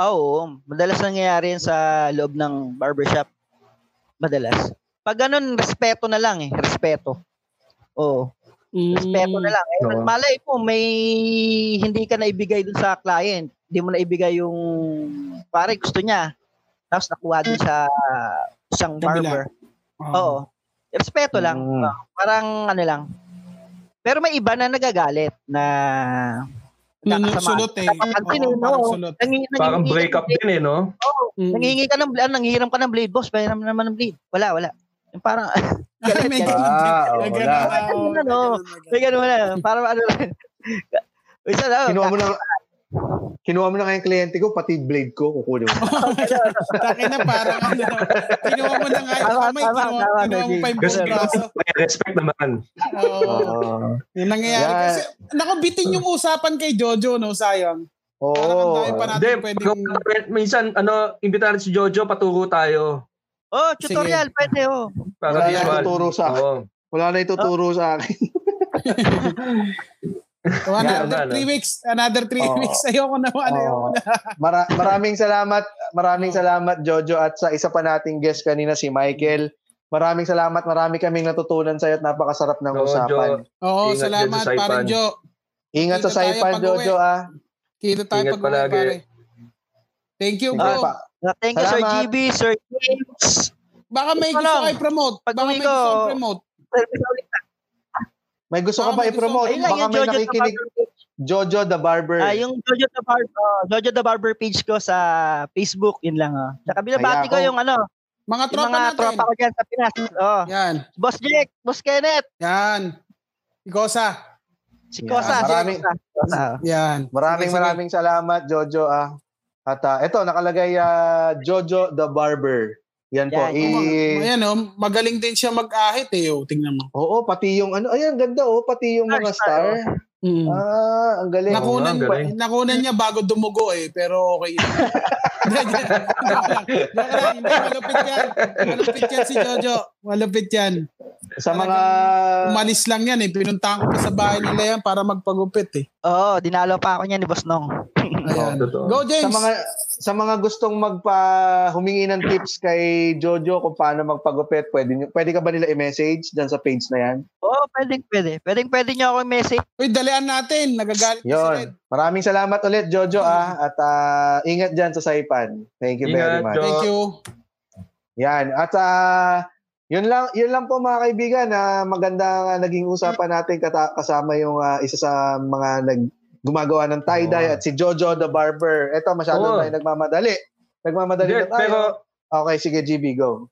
Speaker 5: Oo, madalas nangyayari yan sa loob ng barbershop. Madalas. Pag ganun, respeto na lang eh. Respeto. Oo,
Speaker 2: Mm.
Speaker 5: respeto
Speaker 2: Hmm.
Speaker 5: na lang. Eh,
Speaker 3: Oo.
Speaker 5: malay mo, may hindi ka na ibigay dun sa client. Hindi mo na ibigay yung pare gusto niya. Tapos nakuha dun sa isang
Speaker 2: Kabila.
Speaker 5: barber. Oo. Respeto lang.
Speaker 1: Mm.
Speaker 5: Oo. Parang ano lang. Pero may iba na nagagalit na
Speaker 2: Nunsulot eh.
Speaker 5: Nakapansin eh,
Speaker 2: Oo, parang
Speaker 5: no?
Speaker 2: sulot.
Speaker 5: Nangi-
Speaker 3: Parang
Speaker 5: nangihingi
Speaker 3: break
Speaker 5: ka
Speaker 3: up
Speaker 5: ng blade.
Speaker 3: din eh, no?
Speaker 2: Mm.
Speaker 5: Nangihingi ka ng blade. Ah, Nanghihiram ka ng blade. Boss, bayaran mo naman ng blade. Wala, wala. Yung parang, galit,
Speaker 2: May ganun
Speaker 5: galit.
Speaker 2: din.
Speaker 1: Ah, oo,
Speaker 2: May
Speaker 1: wala.
Speaker 2: ganun, oo,
Speaker 5: May ganun,
Speaker 2: may
Speaker 5: ano.
Speaker 2: ganun, may
Speaker 5: may
Speaker 2: ganun.
Speaker 5: ganun wala. Parang ano lang. Isa ah, lang.
Speaker 1: Kinuha mo na Kinuha mo na kayong kliyente ko, pati blade ko, kukunin mo.
Speaker 2: Tangin na parang ano. Kinuha mo na nga yung
Speaker 5: Tama,
Speaker 2: kamay,
Speaker 5: tama,
Speaker 2: kinuha,
Speaker 5: tama,
Speaker 2: kinuha mo
Speaker 5: Reggie.
Speaker 2: pa yung
Speaker 3: Kasi
Speaker 2: buong braso.
Speaker 3: may respect naman.
Speaker 2: Oo.
Speaker 1: Ah.
Speaker 2: Yung nangyayari.
Speaker 1: Yeah.
Speaker 2: Kasi, naku, bitin yung usapan kay Jojo, no, sayang. Parang ang
Speaker 1: Oo.
Speaker 2: dami pa natin
Speaker 3: Hindi,
Speaker 2: pwedeng...
Speaker 3: pag- minsan, ano, imbitahan si Jojo, paturo tayo.
Speaker 5: Oh, tutorial. Pwede, oh.
Speaker 3: Para
Speaker 1: Wala
Speaker 3: visual.
Speaker 1: na tuturo sa akin.
Speaker 3: Oo.
Speaker 1: Wala na ituturo sa akin.
Speaker 3: Yan,
Speaker 2: Another
Speaker 3: ano.
Speaker 2: three weeks. Another three
Speaker 1: Oo.
Speaker 2: weeks. Ayoko na, ano, ayoko
Speaker 1: Oo.
Speaker 2: na.
Speaker 1: Mara- maraming salamat, maraming salamat Jojo at sa isa pa nating guest kanina si Michael. Maraming salamat, marami kaming natutunan sa iyo at napakasarap ng
Speaker 3: Oo,
Speaker 1: usapan.
Speaker 3: Jo.
Speaker 2: Oo,
Speaker 3: Ingat
Speaker 2: salamat,
Speaker 3: dyan sa
Speaker 2: parang
Speaker 3: saipan.
Speaker 2: Jo.
Speaker 1: Ingat
Speaker 2: Kita
Speaker 1: sa
Speaker 2: tayo
Speaker 1: saipan
Speaker 2: pag-uwi.
Speaker 1: Jojo ah.
Speaker 2: Kita tayo
Speaker 3: Ingat
Speaker 2: pag
Speaker 3: palagi.
Speaker 2: pare. Thank you,
Speaker 1: Ingat
Speaker 2: bro.
Speaker 1: pa.
Speaker 5: Thank you, Sir
Speaker 1: Salamat.
Speaker 5: GB, Sir James.
Speaker 2: Baka may
Speaker 5: Ito
Speaker 2: gusto
Speaker 5: lang.
Speaker 2: kayo promote. Baka
Speaker 5: Pag-uwi
Speaker 2: may
Speaker 5: ko.
Speaker 2: gusto kayo promote.
Speaker 1: May gusto
Speaker 2: Baka
Speaker 1: ka ba
Speaker 2: may gusto-
Speaker 1: i-promote?
Speaker 5: Ayun lang,
Speaker 1: Baka
Speaker 5: yung
Speaker 1: may
Speaker 5: Jojo the
Speaker 1: nakikinig
Speaker 5: Barber.
Speaker 1: Jojo the Barber.
Speaker 5: Ah, yung Jojo the Barber, oh, Jojo the Barber page ko sa Facebook, yun lang. Oh. Saka
Speaker 1: Kaya
Speaker 5: binabati ko
Speaker 1: ako-
Speaker 5: yung ano,
Speaker 2: Mga
Speaker 5: yung
Speaker 2: tropa
Speaker 5: mga
Speaker 2: natin.
Speaker 5: tropa ko dyan sa Pinas. Oh,
Speaker 2: Yan.
Speaker 5: Boss Jake, Boss Kenneth,
Speaker 2: Yan. Igosa.
Speaker 5: si
Speaker 1: Yeah,
Speaker 5: Kosa, si
Speaker 1: maraming-
Speaker 5: Kosa. Kosa, oh.
Speaker 2: Yan.
Speaker 1: Maraming
Speaker 2: Sige, sige.
Speaker 1: maraming salamat Jojo ah. At ah, eto nakalagay ah, Jojo the Barber. Yan po.
Speaker 5: Yan.
Speaker 1: I-
Speaker 2: Ayan, oh, magaling din siya mag-ahit eh. Oh, tingnan mo.
Speaker 1: Oo, pati yung ano, ayan ganda oh, pati yung
Speaker 5: Star,
Speaker 1: mga
Speaker 5: star,
Speaker 1: star.
Speaker 2: Mm.
Speaker 1: Ah, ang galing.
Speaker 3: Naku-
Speaker 2: Nakunan,
Speaker 3: Oo nga, galing.
Speaker 2: nakunan niya bago dumugo eh, pero okay. yun. Joke lang, joke lang, Hindi malupit yan. Malupit yan si Jojo. Malupit yan.
Speaker 1: Sa mga
Speaker 2: Umalis lang yan eh. Pinuntahan ko pa sa bahay nila yan para magpagupit eh.
Speaker 5: Oo, dinalo pa ako niya ni Boss Nong.
Speaker 2: Ayan.
Speaker 3: totoo.
Speaker 2: Go James!
Speaker 1: sa mga sa mga gustong magpa humingi ng tips kay Jojo kung paano magpagupit, pwede nyo- pwede ka ba nila i-message diyan sa page na 'yan?
Speaker 5: Oo, oh, pwedeng pwede. Pwedeng pwede niyo ako message.
Speaker 2: Uy, dalian natin. Nagagalit na si Red.
Speaker 1: Yon. Maraming salamat ulit Jojo ah at ah, ingat diyan sa Saipan. Thank you very
Speaker 3: Ingat,
Speaker 1: much.
Speaker 3: Jo.
Speaker 2: Thank you.
Speaker 1: Yan. At ah, yun lang, yun lang po mga kaibigan na maganda nga naging usapan natin kata- kasama yung ah, isa sa mga nag gumagawa ng tie-dye
Speaker 3: Oo.
Speaker 1: at si Jojo the barber. Eto masyado
Speaker 3: Oo.
Speaker 1: tayo nagmamadali. Nagmamadali
Speaker 3: Hindi,
Speaker 1: na tayo.
Speaker 3: pero
Speaker 1: okay, sige GB go.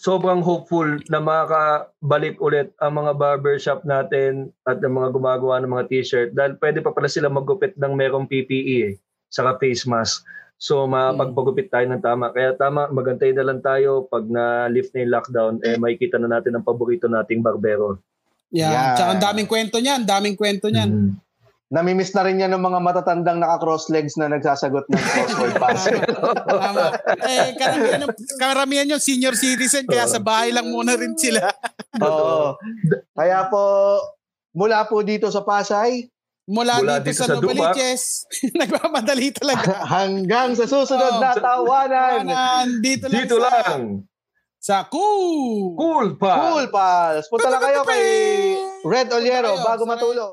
Speaker 3: sobrang hopeful na makabalik ulit ang mga barbershop natin at ang mga gumagawa ng mga t-shirt dahil pwede pa pala sila magupit ng merong PPE eh, saka face mask. So makapagpagupit tayo ng tama. Kaya tama, magantay na lang tayo pag na-lift na yung lockdown, eh makikita na natin ang paborito nating barbero.
Speaker 2: Yan.
Speaker 1: Yan.
Speaker 2: Tsaka ang daming kwento niyan. Daming kwento niyan.
Speaker 3: Mm.
Speaker 1: Namimiss na rin niya ng mga matatandang naka-cross legs na nagsasagot ng crossword puzzle.
Speaker 2: Tama. Eh, karamihan, yung- karamihan yung senior citizen kaya sa bahay lang muna rin sila.
Speaker 1: Oo. Kaya po, mula po dito sa Pasay,
Speaker 2: Mula,
Speaker 3: Mula
Speaker 2: dito,
Speaker 3: dito
Speaker 2: sa,
Speaker 3: sa Dumac.
Speaker 2: Novaliches, nagmamadali talaga.
Speaker 1: hanggang sa
Speaker 2: Oo.
Speaker 1: susunod na tawanan,
Speaker 2: Kanan, dito lang
Speaker 3: Dito
Speaker 2: sa,
Speaker 3: lang,
Speaker 2: sa Cool!
Speaker 3: cool pa!
Speaker 1: Cool, pals! Punta lang kayo kay Red Oliero
Speaker 2: Punta kayo,
Speaker 1: bago
Speaker 2: sa Red.
Speaker 1: matulog.